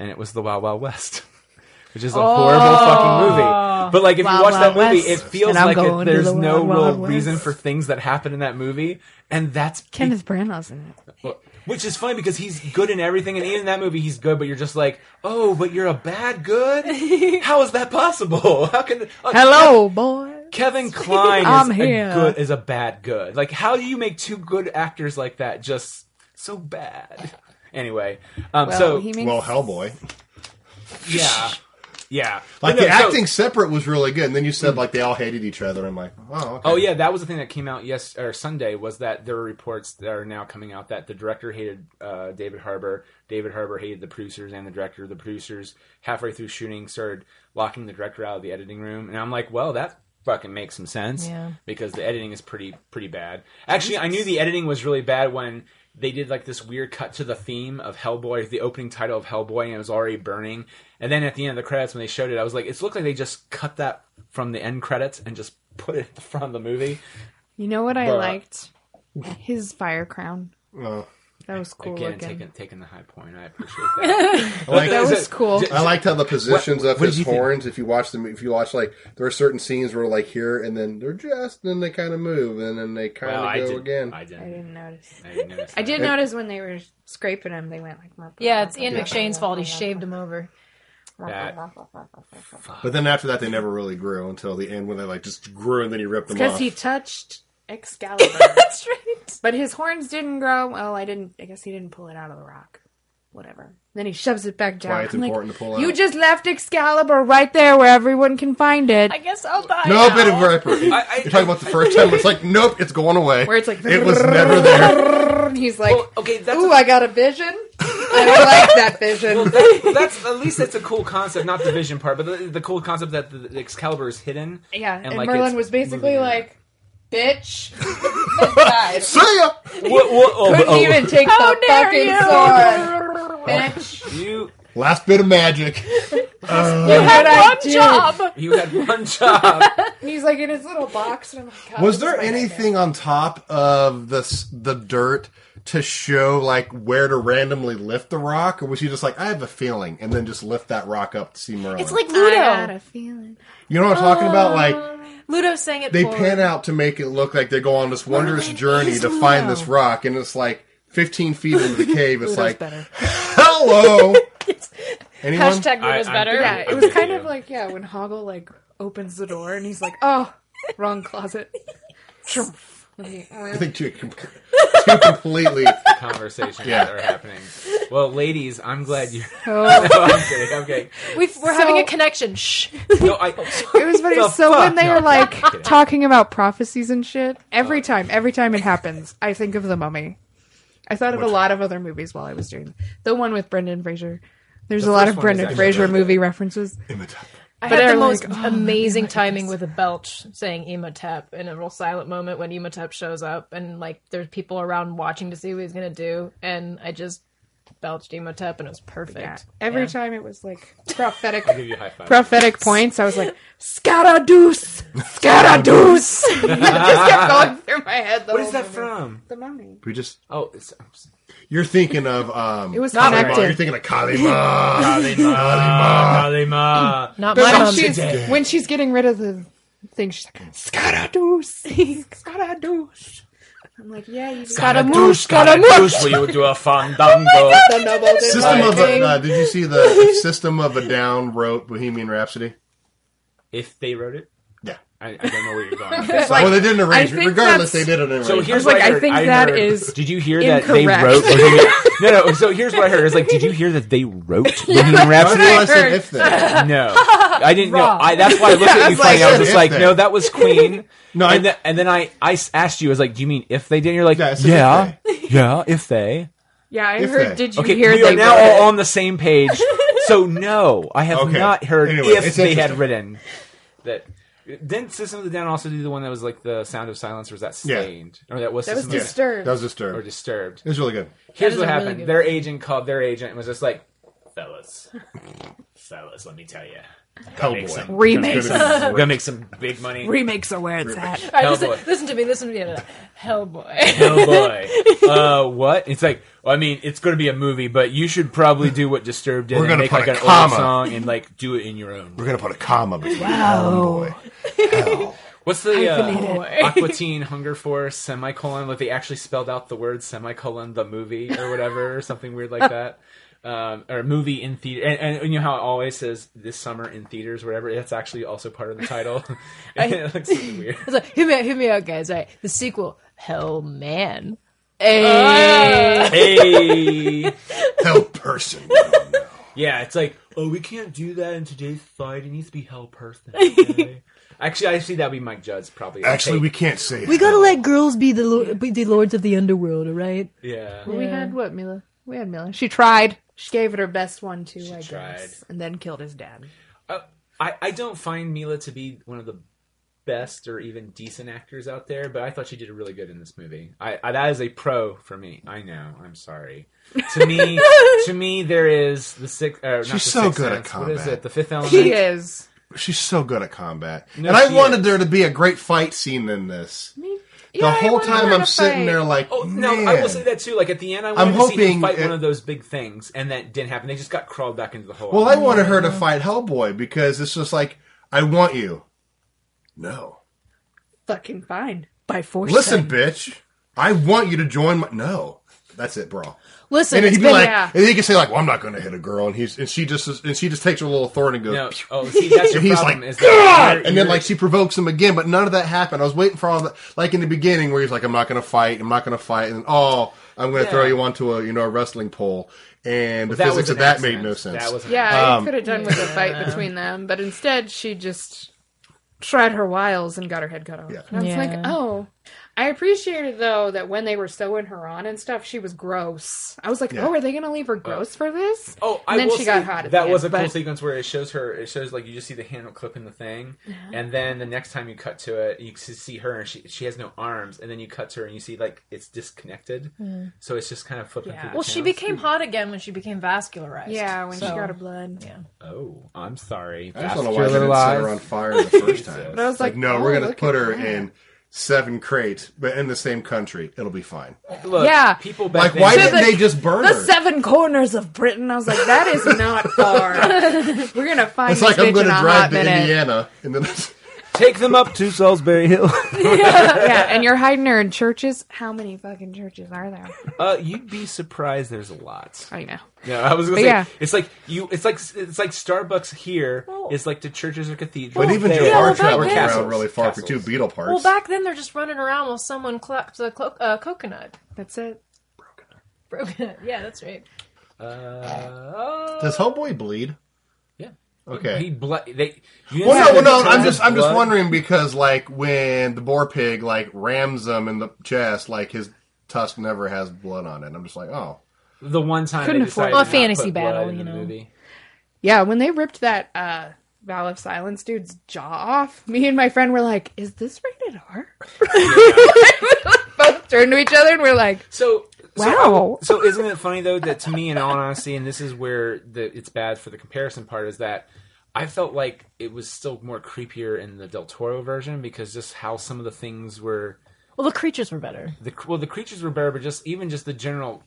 S1: and it was the Wild Wild West, which is a horrible fucking movie. But like, if you
S5: Oh. Wild
S1: watch that
S5: Wild
S1: movie,
S5: West.
S1: it feels
S5: And I'm
S1: like it-
S5: going to
S1: there's
S5: the
S1: no
S5: Wild
S1: real
S5: Wild West.
S1: reason for things that happen in that movie, and that's
S5: Kenneth Branagh's in it.
S1: which is funny because he's good in everything, and even in that movie, he's good. But you're just like, oh, but you're a bad good. How is that possible? How can uh,
S5: Hello, boy.
S1: Kevin Klein
S5: I'm
S1: is
S5: here.
S1: a good is a bad good. Like how do you make two good actors like that just so bad? Anyway, um, so
S5: he makes
S3: Well, Hellboy.
S1: yeah, yeah,
S3: Like
S1: But
S3: the
S1: no, so-
S3: acting separate was really good, and then you said like they all hated each other. I'm like, oh, okay.
S1: Oh yeah, that was the thing that came out yes or Sunday was that there were reports that are now coming out that the director hated uh, David Harbour, David Harbour hated the producers and the director. The producers halfway through shooting started locking the director out of the editing room, and I'm like, well, that fucking makes some sense
S6: Yeah.
S1: because the editing is pretty pretty bad. Actually, I knew the editing was really bad when they did like this weird cut to the theme of Hellboy, the opening title of Hellboy, and it was already burning. And then at the end of the credits, when they showed it, I was like, it's looked like they just cut that from the end credits and just put it at the front of the movie.
S5: You know what I
S1: Bruh.
S5: liked? His fire crown.
S3: Oh.
S5: That was cool
S1: Again,
S5: looking.
S1: taking taking the high point, I appreciate that.
S6: oh,
S3: I like,
S5: That was cool.
S3: I liked how the positions
S1: What-
S3: of
S1: what
S3: his
S1: did you think?
S3: horns. If you watch them, if you watch like there are certain scenes where like here and then they're just, and then they kind of move, and then they kind
S1: Well,
S3: of
S1: I,
S3: go
S1: did,
S3: again.
S1: I
S8: I
S1: didn't.
S8: didn't notice.
S1: I didn't. notice
S8: I did
S1: that.
S8: notice when they were scraping him, they went like. "Mop,
S6: Yeah,
S8: mop,
S6: it's Ian
S8: mop,
S6: McShane's
S8: mop,
S6: fault. He
S8: mop,
S6: shaved him over.
S1: That-
S3: But then after that, they never really grew until the end when they like just grew and then he ripped them
S8: Because
S3: off.
S8: he touched Excalibur. That's right. But his horns didn't grow. Well, I didn't. I guess he didn't pull it out of the rock. Whatever.
S5: Then he shoves it back down.
S3: Why it's
S5: I'm like,
S3: important to pull out.
S5: you just left Excalibur right there where everyone can find it.
S6: I guess I'll die.
S3: no,
S6: now.
S3: but it ripped. You're
S1: I-
S3: talking about the first time. where It's like nope, it's going away.
S8: Where it's like
S3: it was never there.
S8: And he's like,
S1: Well, okay, that's
S8: "Ooh, I got a vision." And I like that vision.
S1: Well, that, that's at least that's a cool concept, not the vision part, but the, the cool concept that the, the Excalibur is hidden.
S8: yeah, and,
S1: like, it's
S8: Merlin was basically
S1: moving around.
S8: like, "Bitch," and died.
S3: See ya.
S1: Whoa, whoa, oh,
S8: Couldn't
S1: oh,
S8: even take
S6: How
S8: the
S6: dare
S8: fucking
S6: you!
S8: sword, bitch.
S1: you
S3: Last bit of magic. Uh,
S8: You had
S6: One job.
S1: you had one job.
S8: And he's like in his little box, and I'm like, God, this
S3: Was
S8: is
S3: there
S8: my nightmare.
S3: anything on top of the s- the dirt to show like where to randomly lift the rock, or was he just like, I have a feeling, and then just lift that rock up to see Merlin?
S6: It's like
S5: I got
S6: Ludo.
S5: a feeling.
S3: you know what I'm talking about? Like
S6: Ludo sang it.
S3: they
S6: for
S3: pan out to make it look like they go on this wondrous
S6: Merlin
S3: journey
S6: is
S3: to find
S6: Ludo.
S3: this rock, and it's like 15 feet into the cave. It's like,
S6: better.
S3: hello, anyone?
S6: Hashtag
S1: I-
S6: Ludo's
S1: I'm-
S6: better.
S1: Yeah.
S8: Yeah, it was
S1: Okay,
S8: kind
S1: yeah.
S8: of like yeah, when Hoggle like opens the door and he's like, "Oh, wrong closet."
S3: I think two, com- two completely.
S1: Conversations
S3: Yeah.
S1: that are happening. Well, ladies, I'm glad you.
S5: Oh.
S1: No, I'm kidding. I'm kidding.
S6: We've, we're
S5: So-
S6: having a connection. Shh.
S1: No, I,
S5: It was funny.
S1: The
S5: so when
S1: fuck?
S5: they
S1: No,
S5: were
S1: I'm
S5: like
S1: kidding. Oh.
S5: talking about prophecies and shit, every time, every time it happens, I think of the mummy. I thought of a lot of other movies while I was doing the one with Brendan Fraser. There's a lot
S1: first
S5: of
S1: one is
S5: Brendan
S1: actually
S5: Fraser
S1: really good.
S5: movie references.
S6: I
S5: But
S6: had the
S5: they're
S6: most
S5: like,
S6: "Oh, amazing timing with a belch saying Emotep in a real silent moment when Emotep shows up and like there's people around watching to see what he's gonna do and I just belched Emotep and it was perfect.
S5: Yeah. Every
S6: Yeah.
S5: time it was like
S8: Prophetic.
S1: give you a high five.
S5: prophetic points. I was like, Scaradoose! Scaradoose!
S8: just kept going through my head. The
S1: what
S8: whole
S1: is that
S8: movie.
S1: from?
S8: The mummy.
S3: We just
S1: Oh, it's, I'm s-
S3: you're thinking of um.
S5: It was
S3: Kalima.
S5: connected.
S3: You're thinking of Kalima.
S1: Kalima.
S6: Not
S5: But
S6: my
S5: when
S6: mom.
S5: she's, when she's getting rid of the thing, she's like, Scaradoose! Scaradoose!
S8: I'm like, yeah, you
S5: Scaramouche!
S1: Scaramouche, will you do a
S5: Oh
S1: fandango?
S8: the noble did
S3: System
S8: my
S3: of a,
S8: thing.
S3: uh, did you see the System of a Down wrote Bohemian Rhapsody?
S1: if they wrote it,
S3: Yeah.
S1: I, I don't know where you're going.
S3: well, they didn't arrange
S5: I
S3: it.
S5: think
S3: Regardless, they
S5: that's-
S3: did an
S1: So
S3: arrangement.
S1: here's
S5: like,
S1: what
S5: I
S1: I, heard.
S5: think
S1: I
S5: that
S1: heard-
S5: is
S1: Did you hear that they
S5: incorrect.
S1: wrote? no, no. So here's what I heard. It's like, did you hear that they wrote Bohemian
S3: I
S1: Rhapsody?
S3: realized that if then.
S1: No, I didn't know. I, that's why I looked at you
S3: was like,
S1: funny. I was just
S3: if
S1: like,
S3: they-
S1: no, that was Queen.
S3: No, I-
S1: and, then, and then I, I s- asked you, I was like, do you mean if they did? And you're like,
S3: Yeah, I
S1: yeah,
S3: said
S1: yeah, if they.
S5: Yeah, I
S3: If
S5: heard,
S3: they-
S5: did you
S1: Okay,
S5: hear
S1: we are
S5: they
S1: now
S5: wrote it?
S1: all on the same page. So no, I have
S3: Okay.
S1: not heard
S3: Anyway,
S1: if
S3: it's
S1: they had
S3: interesting.
S1: written that. Didn't System of the Down also do the one that was like the Sound of Silence? Or was that
S3: Yeah.
S1: Slain? Or that was
S8: That was
S1: System of-
S8: disturbed.
S3: That was
S1: or
S3: disturbed.
S1: Disturbed?
S3: It was really good.
S1: Here's
S6: is
S1: what
S6: a really
S1: happened.
S6: good
S1: their agent called their agent and was just like, "Fellas, fellas, let me tell you,
S3: Hellboy.
S1: some-
S3: It's gonna
S1: we're
S3: be-
S1: gonna make some big money."
S5: Remakes are where it's at.
S6: All right, listen,
S1: Hellboy.
S6: listen to me. Listen to me. no, no, no. Hellboy.
S1: Oh boy. Uh, what? It's like, well, I mean, it's going to be a movie, but you should probably do what Disturbed did
S3: We're
S1: and
S3: gonna
S1: make
S3: put
S1: like
S3: a
S1: an old
S3: comma.
S1: song and like do it in your own.
S3: We're gonna put a comma between Hellboy. Hell.
S1: What's the uh,
S5: Hyphenated.
S1: Aquatine Hunger Force semicolon? Like they actually spelled out the word semicolon the movie or whatever, or something weird like that. Um, or movie in theater, and, and you know how it always says this summer in theaters, whatever. That's actually also part of the title. it looks really weird.
S6: It's like, hear me out. Hear me out, guys. All right, the sequel, Hell Man.
S1: Hey,
S3: Hell person. we don't know.
S1: Yeah, it's like, oh, we can't do that in today's society. It needs to be held personally. okay? Actually, I see that would be Mike Judd's probably.
S3: Actually, we
S1: take.
S3: can't say
S6: We gotta let girls be the lo- be the lords of the underworld, all right?
S1: yeah.
S5: We had what, Mila? We had Mila. She tried. She gave it her best one too, I
S1: tried.
S5: guess, and then killed his dad.
S1: I, Uh, I I don't find Mila to be one of the best or even decent actors out there, but I thought she did really good in this movie. I, I that is a pro for me. I know. I'm sorry. To me, to me, there is the six. Uh, not
S3: She's
S1: the
S3: so
S1: sixth
S3: good at
S1: sense. What is
S3: combat.
S1: it? The fifth element.
S5: She is.
S3: She's so good at combat.
S1: No,
S3: and I
S1: she
S3: wanted
S1: is.
S3: there to be a great fight scene in this. the
S5: I
S3: whole
S5: wanted
S3: time
S5: her
S3: I'm
S5: to
S3: sitting
S5: fight.
S3: there like,
S1: Oh no!
S3: man.
S1: I will say that too. Like at the end, I wanted
S3: I'm
S1: to see
S3: hoping
S1: him fight
S3: it-
S1: one of those big things, and that didn't happen. They just got crawled back into the hole.
S3: Well, I wanted her to fight Hellboy because it's just like, I want you. No.
S8: Fucking fine. By force.
S3: Listen, bitch. I want you to join my. No. That's it, bro.
S6: Listen,
S3: And
S6: it's
S3: he'd be
S6: been-
S3: like,
S5: yeah.
S3: and he could say like, "Well, I'm not going to hit a girl," and he's and she just is- and she just takes her little thorn and goes,
S1: no. Oh, see, that's your
S3: and he's
S1: problem.
S3: like,
S1: is that
S3: "God!"
S1: you're-
S3: and then
S1: you're-
S3: like she provokes him again, but none of that happened. I was waiting for all that, like in the beginning where he's like, "I'm not going to fight, I'm not going to fight," and oh, I'm going to throw you onto a you know a wrestling pole, and the
S1: that was
S3: physics of
S1: an
S3: that
S1: accident.
S3: made no sense.
S1: That was an
S5: Yeah, I could have done with a fight between them, but instead she just tried her wiles and got her head cut off.
S3: Yeah.
S5: And I was like,
S6: Yeah.
S5: oh. I appreciated though that when they were sewing her on and stuff, she was gross. I was like,
S3: Yeah.
S5: oh, are they gonna leave her gross for this?
S1: Oh, I
S5: and then
S1: will
S5: she got
S1: say,
S5: hot. At
S1: that
S5: the
S1: was
S5: end,
S1: a cool
S5: but-
S1: sequence where it shows her. It shows like you just see the handle clipping the thing,
S5: Uh-huh.
S1: and then the next time you cut to it, you s- see her and she she has no arms, and then you cut to her and you see like it's disconnected.
S5: Hmm.
S1: So it's just kind of flipping. through the
S6: well, she
S1: towns.
S6: became hot again when she became vascularized.
S5: Yeah, when she
S6: So-
S5: got her blood.
S1: Oh, I'm sorry.
S3: I just don't know why they didn't set her on fire the first time.
S5: But I was
S3: like,
S5: like,
S3: no,
S5: oh,
S3: we're going to
S5: look
S3: put
S5: at
S3: her
S5: that.
S3: in seven crates, but in the same country, it'll be fine.
S1: Look,
S5: Yeah.
S1: people back
S3: Like,
S1: then-
S3: why didn't they just burn
S5: The
S3: her?
S5: seven corners of Britain. I was like, that is not far. we're gonna find
S3: It's
S5: this
S3: like I'm
S5: bitch in
S3: going
S5: a
S3: to
S5: hot
S3: drive to
S5: minute.
S3: Indiana, and then
S1: take them up to Salisbury Hill?
S5: yeah, and you're hiding her in churches. How many fucking churches are there?
S1: uh, you'd be surprised. There's a lot.
S5: I know.
S1: No, I was gonna
S5: But
S1: say
S5: yeah.
S1: it's like you. It's like it's like Starbucks here is like the churches or cathedrals.
S3: but even
S1: there.
S3: Jafar
S6: well, back
S3: traveled
S6: then-
S3: around
S1: Castles,
S3: really far
S1: castles.
S3: for two beetle parts.
S6: Well, back then they're just running around while someone clucks a clo- uh, coconut.
S5: That's it.
S6: Broken. Yeah, that's right.
S1: Uh,
S3: Does Hellboy bleed?
S1: Yeah.
S3: Okay.
S1: He ble- they, you
S3: well, no,
S1: didn't
S3: well,
S1: say
S3: no. I'm
S1: his
S3: just, I'm just
S1: blood?
S3: wondering because, like, when the boar pig like rams him in the chest, like his tusk never has blood on it. I'm just like, oh,
S1: The one time
S5: Couldn't
S1: they
S5: afford
S1: decided to
S5: it. A
S1: not
S6: fantasy
S1: put
S6: battle,
S1: blood in
S6: you
S1: the
S6: know.
S1: movie.
S5: Yeah, when they ripped that uh Vow of Silence dude's jaw off, me and my friend were like, "Is this rated R?" Both turned to each other and we're like,
S1: So so
S5: Wow.
S1: I would- So, isn't it funny though that to me, in all honesty, and this is where the it's bad for the comparison part is that I felt like it was still more creepier in the Del Toro version because just how some of the things were.
S6: Well, the creatures were better.
S1: the well the creatures were better but just even just the general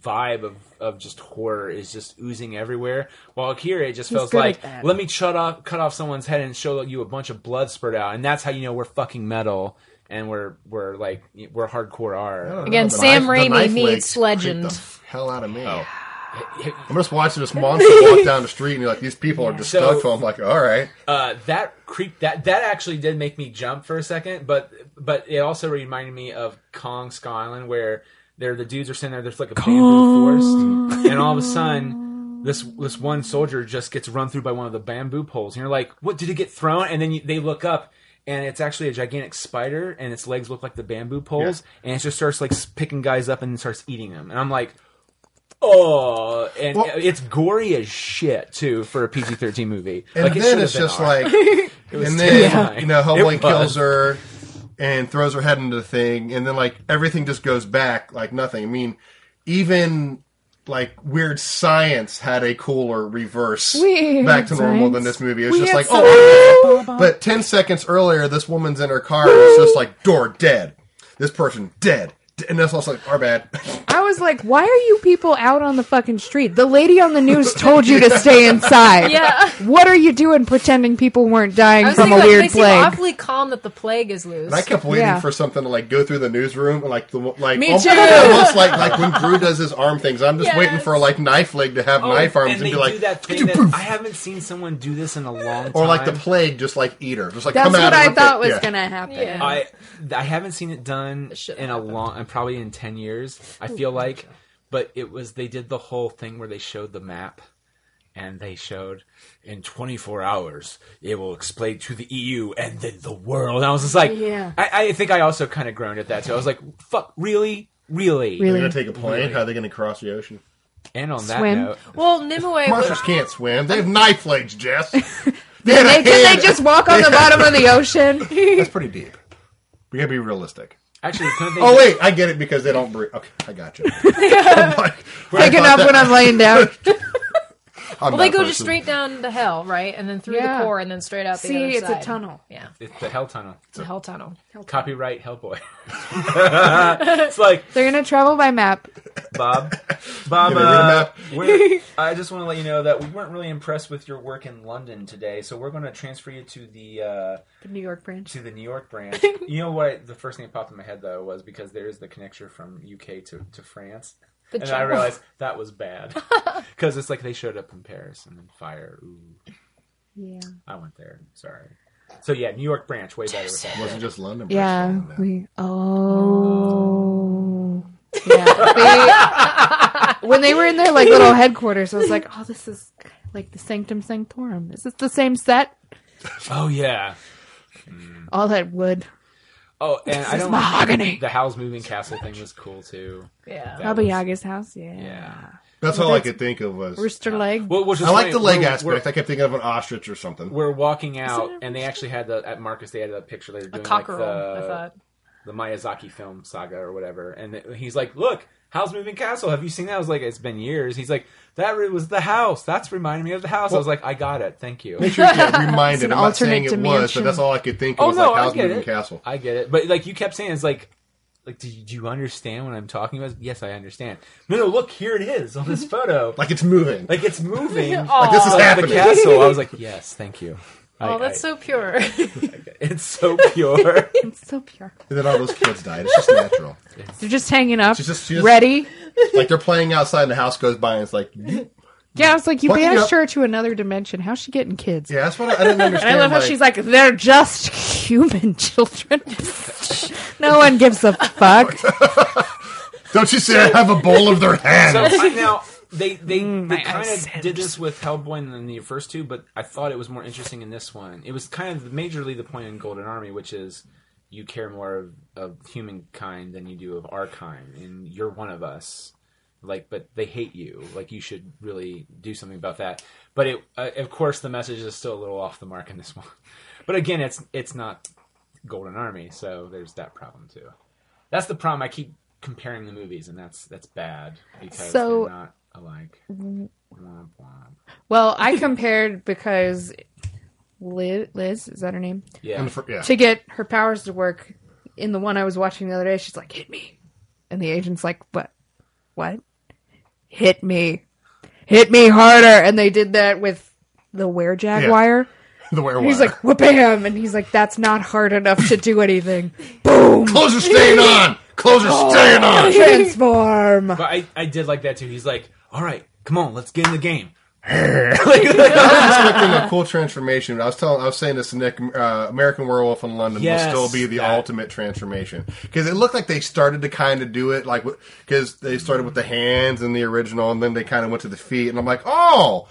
S1: vibe of, of just horror is just oozing everywhere while here it just feels
S6: good
S1: like
S6: at that.
S1: let me shut off cut off someone's head and show you a bunch of blood spurt out and that's how you know we're fucking metal and we're we're like we're hardcore r
S6: Again,
S3: The
S6: Sam
S3: knife- the
S6: Raimi
S3: knife
S6: meets
S3: legs creep
S6: legend.
S3: The f- hell out of me.
S1: Oh.
S3: I'm just watching this monster walk down the street, and you're like, these people are just
S1: So-
S3: stuck. So I'm like, all right.
S1: uh, that creep that that actually did make me jump for a second but but it also reminded me of kong Skull Island where they're the dudes are sitting there there's like a bamboo forest and all of a sudden this this one soldier just gets run through by one of the bamboo poles and you're like what did it get thrown and then you, they look up and it's actually a gigantic spider and its legs look like the bamboo poles and it just starts like s- picking guys up and starts eating them and i'm like Oh, and
S3: Well-
S1: it's gory as shit too for a PG-13 movie.
S3: And
S1: like, it
S3: then
S1: should've
S3: it's
S1: been
S3: just
S1: R.
S3: like,
S1: was
S3: and then
S1: terrifying.
S3: you know,
S1: It
S3: Hellboy
S1: was.
S3: kills her and throws her head into the thing, and then like everything just goes back like nothing. I mean, even like weird science had a cooler reverse
S5: Weird
S3: back to normal than
S5: Science.
S3: this movie. It's just like, oh, but ten seconds earlier, this woman's in her car. and It's just like door dead. This person dead. D- And that's also like, our bad.
S5: I was like, why are you people out on the fucking street? The lady on the news told you to stay inside.
S6: Yeah.
S5: What are you doing pretending people weren't
S6: I
S5: dying
S6: was
S5: from
S6: thinking,
S5: a
S6: like,
S5: weird
S6: they seem
S5: plague?
S6: awfully calm that the plague is loose.
S3: And I kept waiting
S5: Yeah.
S3: for something to like go through the newsroom, and, like the one- like oh
S5: Me
S3: almost,
S5: too.
S3: almost like like when Gru does his arm things. I'm just
S6: Yes.
S3: waiting for like knife leg to have
S1: Oh,
S3: knife arms and,
S1: they
S3: be like,
S1: do that thing that I haven't seen someone do this in a long time.
S3: or like the plague, just like eat her, just like
S5: That's
S3: come out.
S5: what
S3: of
S5: I
S3: her
S5: thought was
S3: pit. Yeah.
S5: gonna happen.
S6: Yeah.
S1: I I haven't seen it done
S6: shit
S1: in a long, and probably in ten years. I feel like, but it was they did the whole thing where they showed the map. and they showed in 24 hours it will explain to the EU and then the world. And I was just like,
S8: Yeah.
S1: I, I think I also kind of groaned at that too. I was like, fuck, really, really,
S5: Really?
S3: They're going to take a plane. How are they going to cross the ocean?
S1: And on that
S5: Swim.
S1: note,
S6: Well, Nimue
S3: Monsters
S6: was,
S3: can't swim. They have knife legs, Jess. they
S5: They, can they just walk on the bottom of the ocean?
S3: That's pretty deep. We got to be realistic.
S1: actually, couldn't they?
S3: Oh wait, I get it because they don't breathe. Okay, I got you. I'm like,
S5: Picking up when I'm laying down.
S6: well,
S3: I'm not
S6: they
S3: a
S6: go just
S3: person.
S6: straight down the hell, right, and then through
S8: Yeah.
S6: the core, and then straight out the
S8: See,
S6: other
S8: it's
S6: side.
S8: a tunnel.
S6: Yeah,
S1: It's the Hell Tunnel.
S6: it's a hell tunnel.
S1: Copyright Hellboy. it's like
S5: They're gonna travel by map.
S1: Bob. Bob,
S3: Give me a real
S1: uh,
S3: map.
S1: we're- I just want to let you know that we weren't really impressed with your work in London today, so we're going to transfer you to the uh,
S8: The New York branch.
S1: to the New York branch. you know what? The first thing that popped in my head though was because there is the connection from UK to, to France, and I
S6: jump.
S1: realized that was bad because it's like they showed up in Paris and then fire. Ooh,
S5: Yeah.
S1: I went there. Sorry. So yeah, New York branch way better. With that.
S3: Wasn't just London.
S5: Yeah.
S3: Barcelona.
S5: We, oh. Yeah. They, when they were in their like little headquarters, I was like, "Oh, this is like the Sanctum Sanctorum. Is it the same set?
S1: Oh yeah.
S5: All that wood,
S1: Oh, and I don't.
S5: mahogany.
S1: The Howl's moving castle thing was cool too.
S6: Yeah,
S1: That
S5: Baba
S1: was-
S5: Yaga's house. Yeah.
S1: Yeah.
S3: That's all I could think of was.
S5: Rooster leg.
S1: Well, which is
S3: I like
S1: funny,
S3: the leg
S1: we're-
S3: aspect.
S1: we're-
S3: I kept thinking of an ostrich or something.
S1: we're walking out, and they actually had the at Marcus. They had a picture. They were doing like
S6: cockerel. I
S1: the,
S6: thought.
S1: the Miyazaki film saga or whatever. And it- he's like, "Look, Howl's Moving Castle. Have you seen that?" I was like, "It's been years." He's like, "That re- was the house. That's reminding me of the house." I was like, "I got it. Thank you."
S3: Make sure you get reminded.
S5: an
S3: I'm not saying it was,
S5: alternate
S3: but
S5: dimension.
S3: that's all I could think of
S1: oh
S3: was
S1: no,
S3: like House
S1: I get
S3: Moving
S1: it.
S3: Castle.
S1: I get it. But like you kept saying, it's like. Like, do you, do you understand what I'm talking about? Yes, I understand. No, no, look, here it is on this photo.
S3: Like it's moving.
S1: Like it's moving.
S6: Like,
S3: this is
S1: like the
S3: happening.
S1: castle. I was like, yes, thank you. I-
S6: Oh, that's
S1: I-
S6: so pure.
S1: It's so pure.
S5: It's so pure.
S3: and then all those kids died. It's just natural.
S5: They're just hanging up,
S3: She's just- she's-
S5: ready.
S3: like they're playing outside, and the house goes by, and it's like, yeah,
S5: Yeah, I was like, you
S3: Fucking
S5: banished
S3: up.
S5: her to another dimension. How's she getting kids?
S3: that's what I, I didn't understand.
S5: And I love how
S3: like-
S5: she's like, they're just human children. no one gives a fuck.
S3: Don't you say I have a bowl of their
S1: So
S3: hands?
S1: I, now they they, they
S5: my
S1: kind
S5: eyes
S1: of did this with Hellboy in the first two, but I thought it was more interesting in this one. It was kind of majorly the point in Golden Army, which is you care more of, of humankind than you do of our kind, and you're one of us. Like, but they hate you. Like, you should really do something about that. But it, uh, of course, the message is still a little off the mark in this one. But again, it's it's not Golden Army, so there's that problem too. That's the problem. I keep comparing the movies, and that's that's bad because
S5: So-
S1: they're not alike. Womp womp.
S5: Well, I compared because Liz, Liz is that her name?
S1: Yeah,
S3: And for- yeah.
S5: To get her powers to work in the one I was watching the other day, she's like, hit me. And the agent's like, what? What? Hit me. Hit me harder. And they did that with the were jaguar.
S3: The way
S5: He's like, wham! And he's like, that's not hard enough to do anything. Boom!
S3: clothes are staying on. Clothes
S5: Oh.
S3: are staying on.
S5: Transform!
S1: but I I did like that too. He's like, all right, come on, let's get in the game. Like- like-
S3: expecting a cool transformation. I was telling, I was saying this to Nick. Uh, American Werewolf in London
S1: Yes,
S3: will still be the
S1: that-
S3: ultimate transformation because it looked like they started to kind of do it, like because they started with the hands in the original, and then they kind of went to the feet, and I'm like, oh.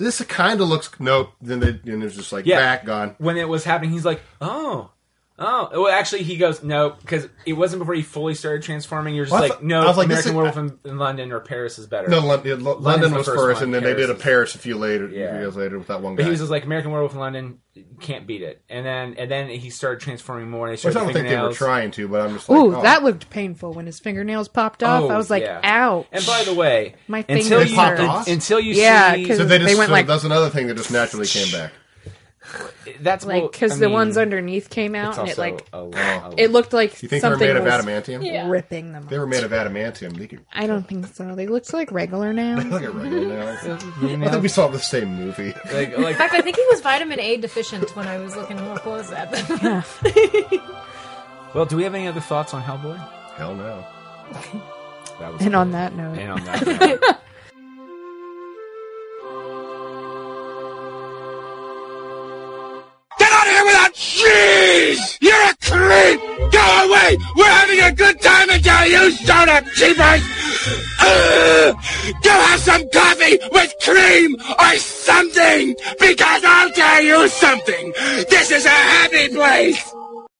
S3: This kind of looks nope. Then they and it's just like
S1: Yeah.
S3: back gone.
S1: when it was happening, he's like, oh. Oh well, actually, he goes no because it wasn't before he fully started transforming. You're just
S3: Well, I
S1: like,
S3: thought-
S1: no,
S3: I was like, this
S1: American
S3: is-
S1: Werewolf in, in London or Paris is better.
S3: No, London, London
S1: the
S3: was
S1: first
S3: first,
S1: one,
S3: and then they
S1: Paris
S3: did a
S1: is-
S3: Paris a few later, a few
S1: Yeah.
S3: years later with that one
S1: But
S3: guy.
S1: he was just like American Werewolf in London can't beat it, and then and then he started transforming more. And he
S3: Which
S1: started
S3: I don't think they were
S1: fingernails.
S3: trying to, but I'm just like,
S5: Ooh,
S3: oh.
S5: that looked painful when his fingernails popped off.
S1: Oh,
S5: I was like,
S1: yeah.
S5: ow.
S1: And by the way,
S5: My
S1: until
S5: fingers
S1: you
S3: They popped off?
S1: until you
S5: Yeah,
S1: see
S5: 'cause
S3: so they
S5: they
S3: just
S5: went
S3: so
S5: like-
S3: that's another thing that just naturally came back.
S1: that's
S5: like,
S1: well,
S5: because
S1: I
S5: the
S1: mean,
S5: ones underneath came
S1: it's
S5: out and it,
S1: also
S5: like,
S1: a lot- a-
S5: it looked like
S3: You think
S5: something
S3: they were made
S5: was
S3: of adamantium?
S5: ripping them.
S3: They were made of adamantium. They could
S5: I don't think so. They looked like regular now.
S3: look at regular now. I think we saw the same movie.
S1: like, like,
S6: In fact, I think he was vitamin A deficient when I was looking real close at them.
S1: well, do we have any other thoughts on Hellboy?
S3: Hell no.
S1: That was
S5: and on
S1: good.
S5: that note,
S1: And on that note.
S10: Get out of here with that cheese! You're a creep! Go away! We're having a good time again! you donut cheapers! Uh, go have some coffee with cream or something! Because I'll tell you something! This is a happy place!